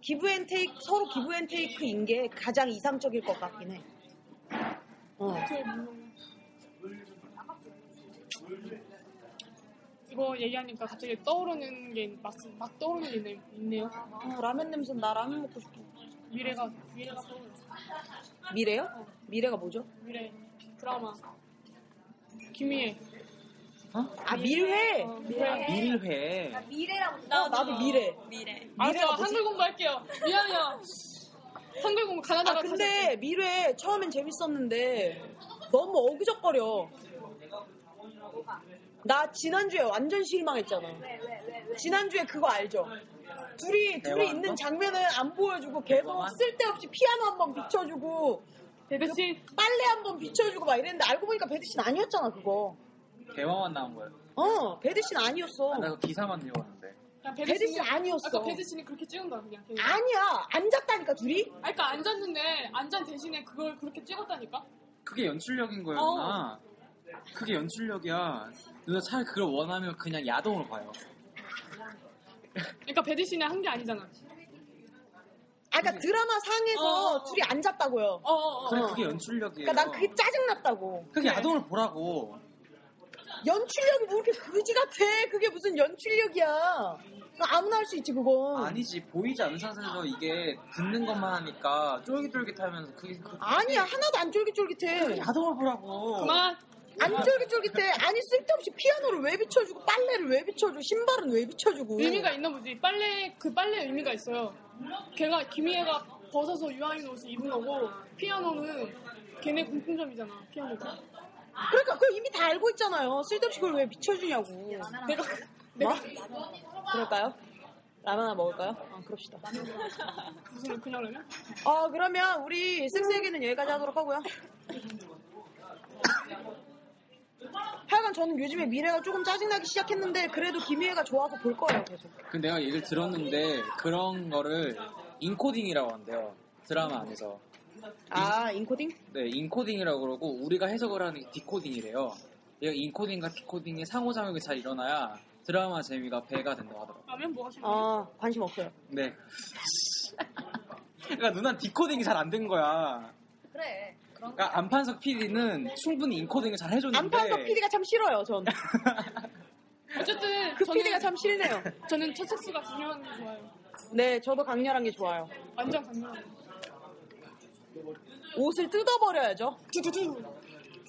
A: 기브앤테이크 서로 기브앤테이크인 게 가장 이상적일 것 같긴 해. 어,
C: 이거 얘기하니까 갑자기 떠오르는 게 막, 막 떠오르는 게 있네- 있네요.
A: 아, 라면 냄새 나 라면 먹고 싶어.
C: 미래가 미래가 떠오르.
A: 미래요? 미래가 뭐죠?
C: 미래 드라마 김희애.
A: 아 밀회.
C: 어,
F: 아, 밀회.
B: 미래라고
A: 어, 나도 미래.
E: 미래
C: 알았어
A: 뭐지?
C: 한글 공부할게요. 미안해요. 한글 공부 가나다라.
A: 아 근데 미래 처음엔 재밌었는데 너무 어그적거려. 나 지난주에 완전 실망했잖아. 지난주에 그거 알죠? 둘이 둘이
F: 대화하는
A: 있는
F: 거?
A: 장면을 안 보여주고 계속
F: 대화만?
A: 쓸데없이 피아노 한 번 비춰주고
C: 대대씨
A: 빨래 한 번 비춰주고 막 이랬는데 알고 보니까 배드신 아니었잖아 그거.
F: 대화만 나온 거예요.
A: 어 배드신 아니었어.
F: 나 그 기사만 읽었는데.
C: 그냥
A: 배드신
C: 아까
A: 아니었어.
C: 배드씨는 그렇게 찍은 거야 그냥. 걔는.
A: 아니야 앉았다니까 둘이.
C: 아, 그러니까 앉았는데 앉은 대신에 그걸 그렇게 찍었다니까.
F: 그게 연출력인 거야, 누나. 그게 연출력이야. 누나 차라리 그걸 원하면 그냥 야동으로 봐요.
C: 그러니까 배드씨는 한 게 아니잖아.
A: 아까 그러니까 드라마 상에서
C: 어.
A: 둘이 앉았다고요.
C: 어어어.
F: 그래,
A: 어.
F: 그게 연출력이에요.
A: 그러니까 난 그게 짜증 났다고.
F: 그게 야동을 보라고.
A: 연출력이 뭐 이렇게 그지 같아. 그게 무슨 연출력이야. 나 아무나 할 수 있지, 그건.
F: 아니지, 보이지 않는 상태에서 이게 듣는 것만 하니까 쫄깃쫄깃하면서 그게 그,
A: 야 하나도 안 쫄깃쫄깃해.
F: 야동을 보라고.
C: 그만.
A: 안 쫄깃쫄깃해. 아니, 쓸데없이 피아노를 왜 비춰주고, 빨래를 왜 비춰주고, 신발은 왜 비춰주고.
C: 의미가 있나 보지. 빨래 그 빨래 의미가 있어요. 걔가 김희애가 벗어서 유아인 옷을 입은 거고 피아노는 걔네 공통점이잖아. 피아노가.
A: 그러니까 그걸 이미 다 알고 있잖아요. 쓸데없이 그걸 왜 비춰주냐고.
C: 내가
A: 뭐? 그럴까요? 라면 하나 먹을까요? 아, 그럽시다.
C: 무슨 그냥 라면?
A: 어, 그러면 우리 섹스 얘기는 여기까지 하도록 하고요. 하여간 저는 요즘에 미래가 조금 짜증나기 시작했는데 그래도 김희애가 좋아서 볼 거예요 계속.
F: 그 내가 얘기를 들었는데 그런 거를 인코딩이라고 한대요. 드라마 안에서.
A: 아 인코딩?
F: 네, 인코딩이라고 그러고 우리가 해석을 하는 게 디코딩이래요. 얘가 인코딩과 디코딩의 상호작용이 잘 일어나야 드라마 재미가 배가 된다고 하더라고요.
C: 라면 뭐 하시는 거예요?
A: 아 관심 없어요.
F: 네. 그러니까 누난 디코딩이 잘 안 된 거야.
B: 그래. 그런 거.
F: 그러니까 안판석 PD는 충분히 인코딩을 잘 해줬는데
A: 안판석 PD가 참 싫어요 전.
C: 어쨌든
A: 그
C: 저는
A: PD가 참 싫네요.
C: 저는 첫 섹스가 중요한 게 좋아요.
A: 네 저도 강렬한 게 좋아요.
C: 완전 강렬한. 거.
A: 옷을 뜯어버려야죠.
C: 두두두.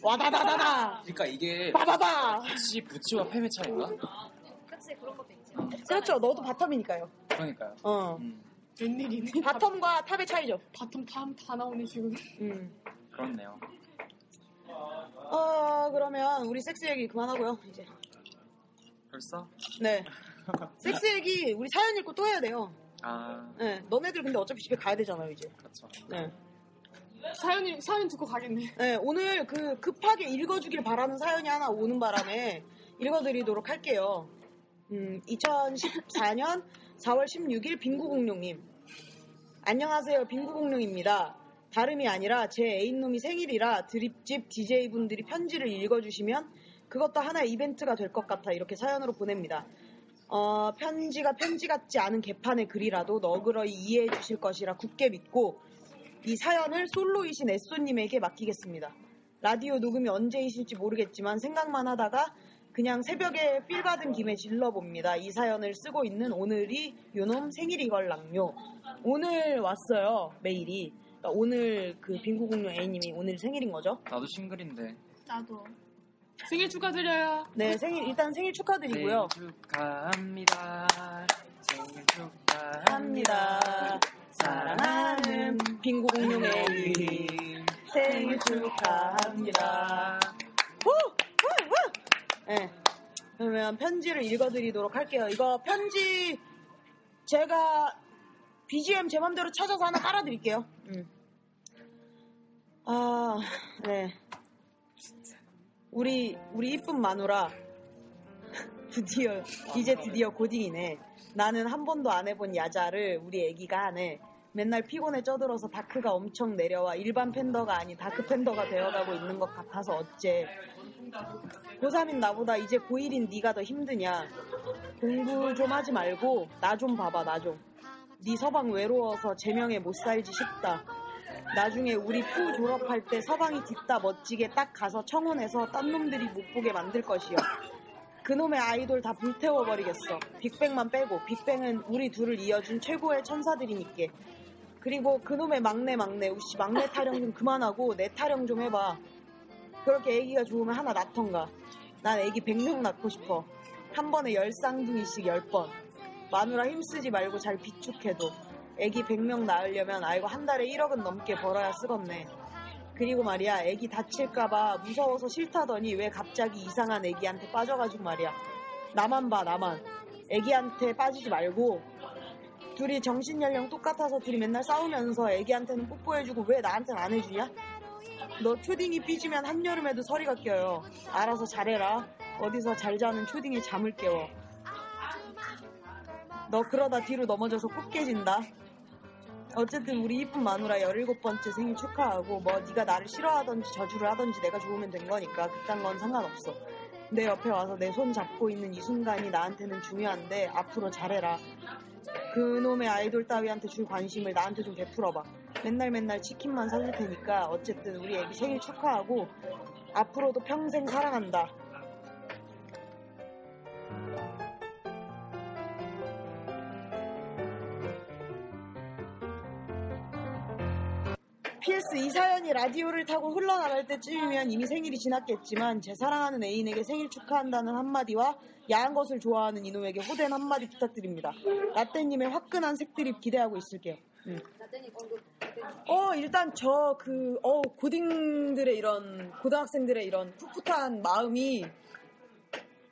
A: 와다다다다.
F: 그러니까 이게
A: 빠바바.
F: 혹시 부치와 패배 차인가?
B: 그치, 그런 것도 있지.
A: 그렇죠. 너도 바텀이니까요.
F: 그러니까요.
A: 어.
F: 음,
C: 웬일이니?
A: 바텀과 탑의 차이죠.
C: 바텀 다, 다 나오네 지금.
A: 음.
F: 그렇네요.
A: 아 그러면 우리 섹스 얘기 그만하고요. 이제.
F: 벌써?
A: 네. 섹스 얘기 우리 사연 읽고 또 해야 돼요.
F: 아,
A: 네. 너네들 근데 어차피 집에 가야 되잖아요 이제.
F: 그렇죠.
A: 네.
C: 사연이 사연 듣고 가겠네.
A: 네, 오늘 그 급하게 읽어주길 바라는 사연이 하나 오는 바람에 읽어드리도록 할게요. 음, 2014년 4월 16일 빙구공룡님. 안녕하세요, 빙구공룡입니다. 다름이 아니라 제 애인놈이 생일이라 드립집 DJ분들이 편지를 읽어주시면 그것도 하나의 이벤트가 될 것 같아 이렇게 사연으로 보냅니다. 어, 편지가 편지 같지 않은 개판의 글이라도 너그러이 이해해 주실 것이라 굳게 믿고 이 사연을 솔로이신 에쏘님에게 맡기겠습니다. 라디오 녹음이 언제이실지 모르겠지만 생각만 하다가 그냥 새벽에 필 받은 김에 질러봅니다. 이 사연을 쓰고 있는 오늘이 요놈 생일이걸랑요. 오늘 왔어요, 메일이. 그러니까 오늘 그 빙구공룡 A님이 오늘 생일인 거죠?
F: 나도 싱글인데.
B: 나도.
C: 생일 축하드려요.
A: 네, 생일, 일단 생일 축하드리고요.
F: 생일 축하합니다. 생일
A: 합니다.
F: 축하합니다.
A: 사랑하는 빙구공룡 A. 생일 축하합니다. 후! 후! 후! 네. 그러면 편지를 읽어드리도록 할게요. 이거 편지 제가 BGM 제 맘대로 찾아서 하나 깔아드릴게요. 음. 아, 네. 우리 우리 이쁜 마누라 드디어 이제 드디어 고딩이네. 나는 한 번도 안 해본 야자를 우리 애기가 하네. 맨날 피곤에 쪄들어서 다크가 엄청 내려와 일반 팬더가 아닌 다크 팬더가 되어가고 있는 것 같아서 어째 고3인 나보다 이제 고1인 네가 더 힘드냐 공부 좀 하지 말고 나 좀 봐봐 나좀네 서방 외로워서 제명에 못 살지 싶다 나중에 우리 푸 졸업할 때 서방이 뒷다 멋지게 딱 가서 청혼해서 딴 놈들이 못 보게 만들 것이여 그놈의 아이돌 다 불태워버리겠어. 빅뱅만 빼고 빅뱅은 우리 둘을 이어준 최고의 천사들이니께. 그리고 그놈의 막내 막내 우씨 막내 타령 좀 그만하고 내 타령 좀 해봐. 그렇게 애기가 좋으면 하나 낳던가. 난 애기 100명 낳고 싶어. 한 번에 열 쌍둥이씩 열번 마누라 힘쓰지 말고 잘 비축해도. 애기 100명 낳으려면 아이고 한 달에 1억은 넘게 벌어야 쓰겄네. 그리고 말이야 애기 다칠까봐 무서워서 싫다더니 왜 갑자기 이상한 애기한테 빠져가지고 말이야 나만 봐 나만 애기한테 빠지지 말고 둘이 정신 연령 똑같아서 둘이 맨날 싸우면서 애기한테는 뽀뽀해주고 왜 나한테는 안 해주냐 너 초딩이 삐지면 한여름에도 서리가 껴요 알아서 잘해라 어디서 잘 자는 초딩이 잠을 깨워 너 그러다 뒤로 넘어져서 꼭 깨진다 어쨌든 우리 이쁜 마누라 17번째 생일 축하하고 뭐 네가 나를 싫어하던지 저주를 하던지 내가 좋으면 된 거니까 그딴 건 상관없어. 내 옆에 와서 내 손 잡고 있는 이 순간이 나한테는 중요한데 앞으로 잘해라. 그놈의 아이돌 따위한테 줄 관심을 나한테 좀 베풀어봐. 맨날 맨날 치킨만 사줄 테니까 어쨌든 우리 애기 생일 축하하고 앞으로도 평생 사랑한다. PS 이 사연이 라디오를 타고 흘러나갈 때쯤이면 이미 생일이 지났겠지만 제 사랑하는 애인에게 생일 축하한다는 한마디와 야한 것을 좋아하는 이놈에게 호된 한마디 부탁드립니다. 라떼님의 화끈한 색드립 기대하고 있을게요. 음. 어 일단 저 그 어 고딩들의 이런 고등학생들의 이런 풋풋한 마음이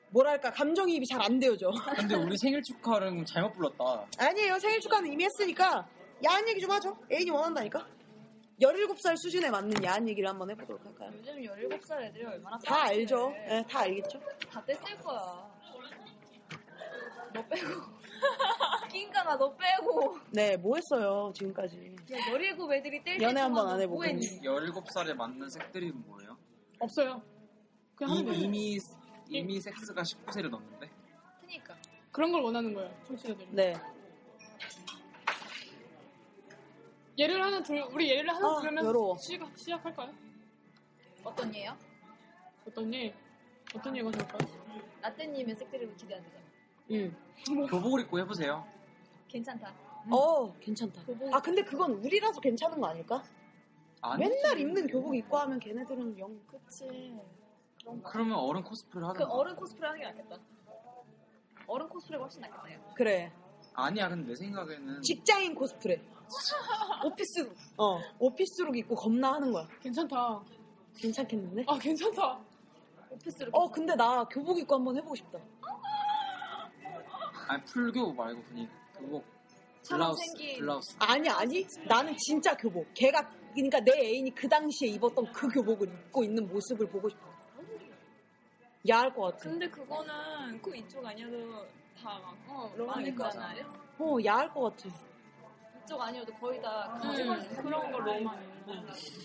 A: 뭐랄까 감정이입이 잘 안 되어져.
F: 근데 우리 생일 축하를 잘못 불렀다.
A: 아니에요. 생일 축하는 이미 했으니까 야한 얘기 좀 하죠. 애인이 원한다니까. 17살 수준에 맞는 야한 얘기를 한번 해보도록 할까요?
B: 요즘 17살 애들이 얼마나
A: 다 알죠. 예, 다 알겠죠.
B: 다 뺐을 거야. 너 빼고. 낑깡아 너 빼고.
A: 네, 뭐 했어요, 지금까지.
B: 야, 17 애들이 뗄때
A: 연애 한번 안
B: 뭐
A: 해보고.
F: 17살에 맞는 색드립은 뭐예요?
C: 없어요. 그냥 하는
F: 이미,
C: 거예요.
F: 이미, 이미 섹스가 19세를 넘는데?
B: 그니까.
C: 그런 걸 원하는 거예요. 청취자들이.
A: 네.
C: 예를 하나 들 우리 예를 하나
A: 아,
C: 들으면
A: 외로워.
C: 시작 시작할까요?
B: 어떤 예요?
C: 어떤 예 어떤 예가 될까요?
B: 라떼님의 색드립을 기대한다잖아.
A: 음.
F: 교복을 입고 해보세요.
B: 괜찮다.
A: 어, 괜찮다. 아, 근데 그건 우리라서 괜찮은 거 아닐까?
F: 아니?
A: 맨날 입는 교복 입고 하면 걔네들은 영.
B: 그치.
F: 그러면 어른 코스프레를
B: 그
F: 하던가.
B: 어른 코스프레 하는 게 낫겠다. 어른 코스프레가 훨씬 낫겠다. 이거.
A: 그래.
F: 아니야 근데 내 생각에는
A: 직장인 코스프레. 오피스룩. 어, 오피스룩 입고 겁나 하는 거야.
C: 괜찮다.
A: 괜찮겠는데?
C: 아, 괜찮다.
B: 오피스로.
A: 어, 근데 나 교복 입고 한번 해보고 싶다.
F: 아니 풀교 말고 그냥 그거
B: 처럼
F: 블라우스
B: 생긴.
F: 블라우스
A: 아니, 아니. 나는 진짜 교복. 걔가, 그러니까 내 애인이 그 당시에 입었던 그 교복을 입고 있는 모습을 보고 싶어. 야할 것 같아.
E: 근데 그거는 그 이쪽 아니어도 다막
B: 어,
E: 로망이니까.
B: 로망이잖아요.
A: 어, 야할 것 같아.
B: 이쪽 아니어도 거의 다
E: 음, 그런 거 로망.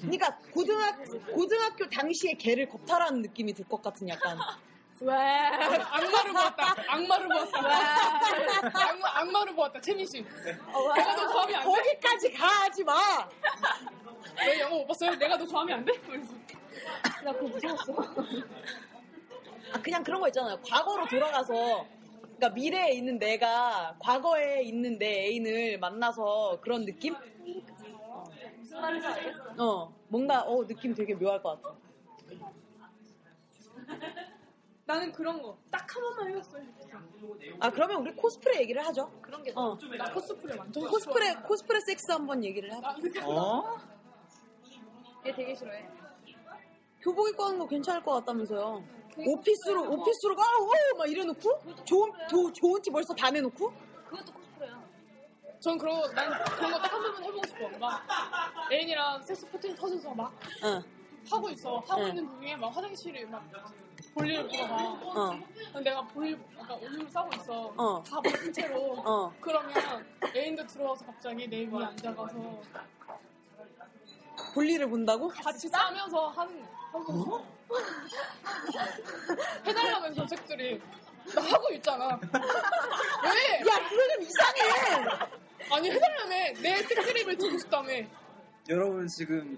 A: 그러니까 고등학, 고등학교 당시에 걔를 겁탈하는 느낌이 들 것 같은 약간.
E: 왜?
C: 악마를 보았다. 악마를 보았다. 악마, 악마를 보았다. 채민 씨. 내가 너 조합이 안 돼?
A: 거기까지 가지 마!
C: 왜 영어 못 봤어요? 내가 너 조합이 안 돼? 이러면서.
A: 나 그거 무서웠어. 아, 그냥 그런 거 있잖아요. 과거로 돌아가서, 그러니까 미래에 있는 내가 과거에 있는 내 애인을 만나서 그런 느낌?
B: 무슨 말인지 알겠어.
A: 어, 뭔가, 어, 느낌 되게 묘할 것 같아.
C: 나는 그런 거. 딱 한 번만 해봤으면 좋겠어.
A: 아, 그러면 우리 코스프레 얘기를 하죠.
B: 그런 게
A: 어,
C: 나 코스프레 완전
A: 코스프레, 코스프레 섹스 한번 얘기를 하죠.
C: 나 근데
F: 어?
B: 얘 되게 싫어해.
A: 교복 입고 하는 거 괜찮을 것 같다면서요. 오피스로, 오피스로, 가, 오! 막 이래놓고, 좋은, 도- 좋은 티 벌써 다 내놓고,
B: 그것도 코스프레야.
C: 전 그런 거, 난 그런 거 딱 한 번만 해보고 싶어. 막 애인이랑 섹스 포텐이 터져서 막
A: 응,
C: 하고 있어. 하고
A: 응.
C: 있는 중에 막 화장실에 막 볼일을 보고 막
A: 어,
C: 그럼 내가 볼일 약간 옷을 싸고 있어.
A: 어.
C: 다 벗은 채로.
A: 어.
C: 그러면 애인도 들어와서 갑자기 내 위에 앉아가서
A: 볼일을 본다고?
C: 같이 싸면서 하는 하는 거. 해달라면서 색들이 나 하고 있잖아. 왜?
A: 야, 그거 좀 이상해!
C: 아니 해달라며 내 색드립을 주고 싶다며.
F: 여러분 지금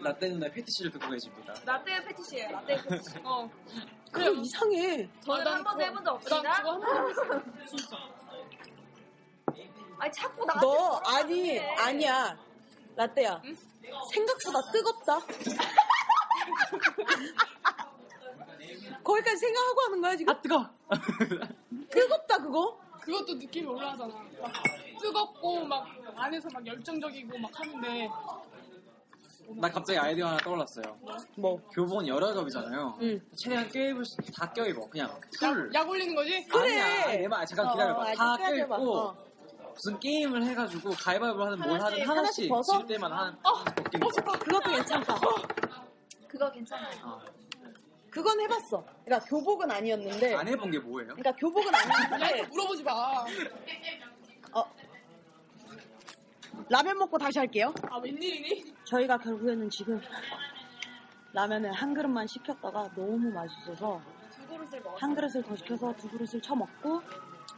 F: 라떼 누나 패티시를 듣고 계십니다
B: 라떼 패티시예요. 라떼 패티시.
C: 어.
A: 그거 이상해.
B: 저는
C: 난
B: 한 번도
C: 그거-
B: 해본 적
C: 난
B: 없습니다.
C: 그거 한번 해보고 싶어.
B: 아니 자꾸 나한테
A: 너
B: 저러면
A: 아니
B: 안 돼.
A: 아니야 라떼야 생각보다 뜨겁다 거기까지 생각하고 하는 거야 지금? 아 뜨거 뜨겁다 그거?
C: 그것도 느낌이 올라가잖아. 막 뜨겁고 막 안에서 막 열정적이고 막 하는데
F: 나 갑자기 아이디어 하나 떠올랐어요
A: 뭐
F: 교복은 여러 겹이잖아요
A: 응.
F: 최대한 껴입을 수- 다 껴입어 그냥 풀
C: 약 올리는 거지?
A: 그래.
F: 아니야 아니, 내말 잠깐
A: 어,
F: 기다려봐
A: 어,
F: 다
A: 아직 기다려봐.
F: 껴입고
A: 어.
F: 무슨 게임을 해가지고 가위바위보 하든 뭘
A: 하나씩,
F: 하든
A: 하나씩
F: 하나씩,
A: 벗어?
F: 질 때만 하는
C: 어,
F: 벗기는
C: 어
F: 거.
C: 좋다.
A: 그것도 괜찮다
B: 그거 괜찮아요.
F: 어.
A: 그건 해봤어 그러니까 교복은 아니었는데 네.
F: 안 해본 게 뭐예요?
A: 그러니까 교복은
C: 야, 이거
A: 아니었는데
C: 물어보지 마.
A: 라면 먹고 다시 할게요
C: 아, 웬일이니?
A: 저희가 결국에는 지금 라면을 한 그릇만 시켰다가 너무 맛있어서
B: 두 그릇을 먹어.
A: 한 그릇을 더 시켜서 두 그릇을 처먹고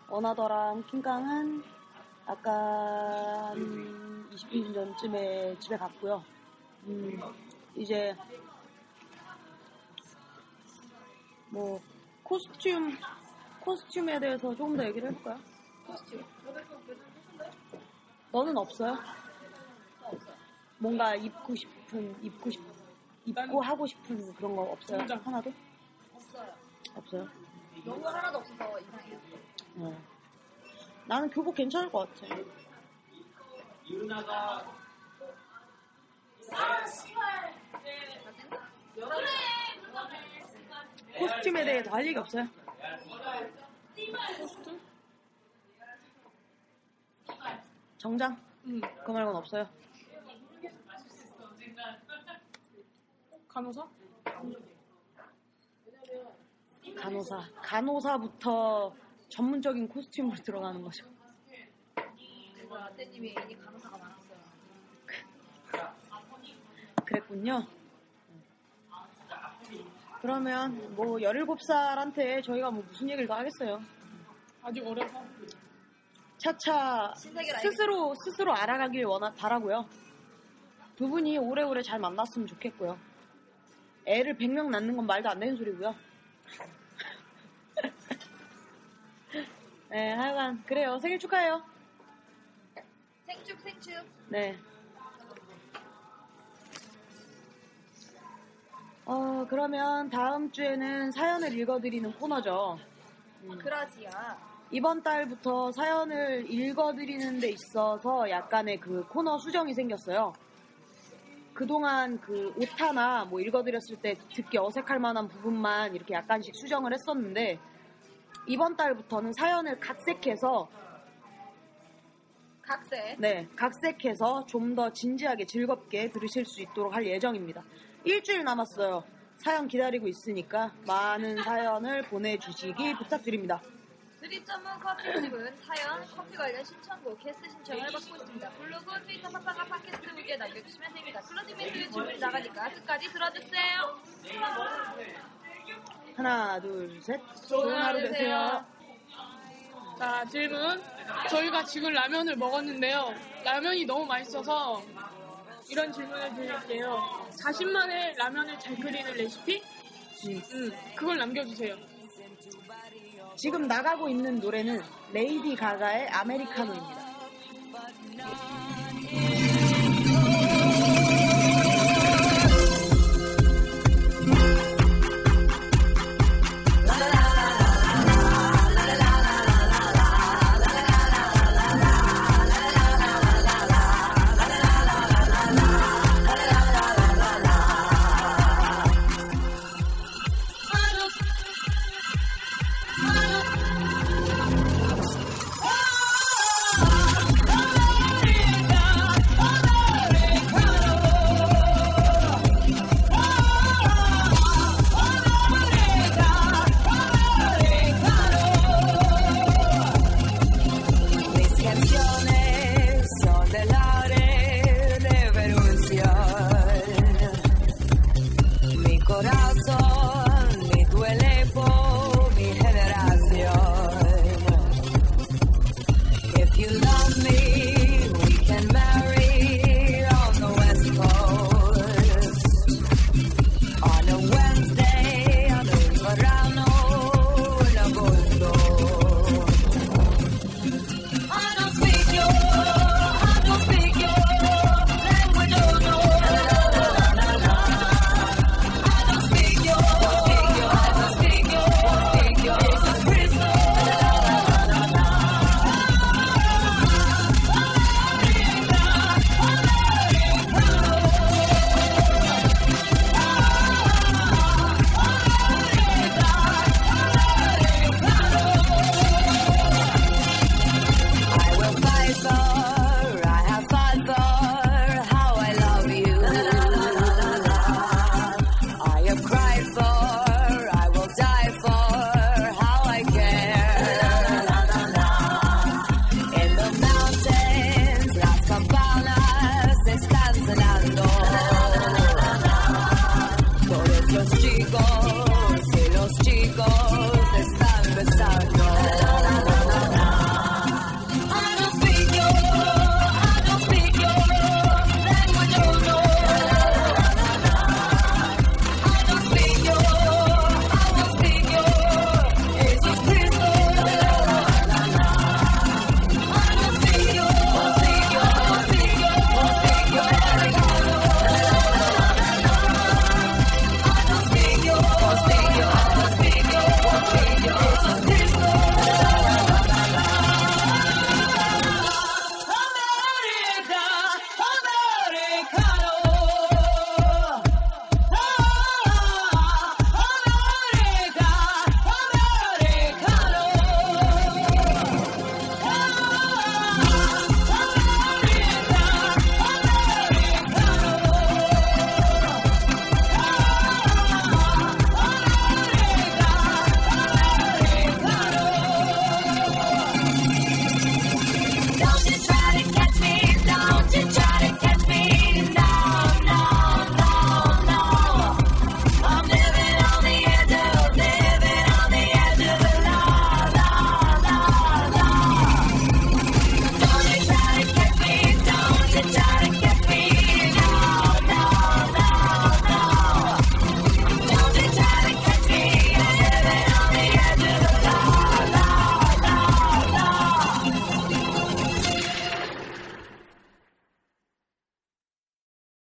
A: 원하더랑 킹강은 아까 20분 전쯤에 집에 갔고요. 음, 이제 뭐 코스튬 코스튬에 대해서 조금 더 얘기를 해볼까요? 너는 없어요? 뭔가 입고 싶은 입고 싶 입고 하고 싶은 그런 거 없어요?
C: 진짜.
A: 하나도
B: 없어요.
A: 없어요.
B: 너무 하나도 없어서 이상해요.
A: 어. 나는 교복 괜찮을 것 같아.
B: 네.
A: 코스튬에 대해 더 할 얘기 없어요?
C: 코스튬?
A: 정장?
C: 응.
A: 그 말고는 없어요.
C: 간호사?
A: 간호사. 간호사부터 전문적인 코스튬으로 들어가는 거죠.
B: 그리고 라떼님이 애인이 간호사가 많았어요.
A: 그랬군요. 그러면 뭐 17살한테 저희가 뭐 무슨 얘기를 더 하겠어요.
C: 아직 어려서.
A: 차차
B: 신세계를
A: 스스로 스스로 알아가길 원하 바라고요. 두 분이 오래오래 잘 만났으면 좋겠고요. 애를 100명 낳는 건 말도 안 되는 소리고요. 네, 하여간 그래요. 생일 축하해요.
B: 생축 생축.
A: 네. 어, 그러면 다음 주에는 사연을 읽어드리는 코너죠.
B: 그라지야.
A: 이번 달부터 사연을 읽어드리는 데 있어서 약간의 그 코너 수정이 생겼어요. 그동안 그 오타나 뭐 읽어드렸을 때 듣기 어색할 만한 부분만 이렇게 약간씩 수정을 했었는데 이번 달부터는 사연을 각색해서
B: 각색.
A: 네 각색해서 좀 더 진지하게 즐겁게 들으실 수 있도록 할 예정입니다. 일주일 남았어요. 사연 기다리고 있으니까 많은 사연을 보내주시기 부탁드립니다.
B: 드립전문 커피집은 사연, 커피 관련 신청곡, 게스트 신청을 받고 있습니다. 블로그, 트위터, 팟빵과 팟캐스트 후기에 남겨주시면 됩니다. 클로징 멘트 주문이 나가니까 끝까지 들어주세요.
A: 하나 둘 셋. 좋은 하루 되세요.
C: 자, 질문. 저희가 지금 라면을 먹었는데요. 라면이 너무 맛있어서 이런 질문을 드릴게요. 40만의 라면을 잘 끓이는 레시피?
A: 네.
C: 음, 그걸 남겨주세요.
A: 지금 나가고 있는 노래는 레이디 가가의 아메리카노입니다.
G: 아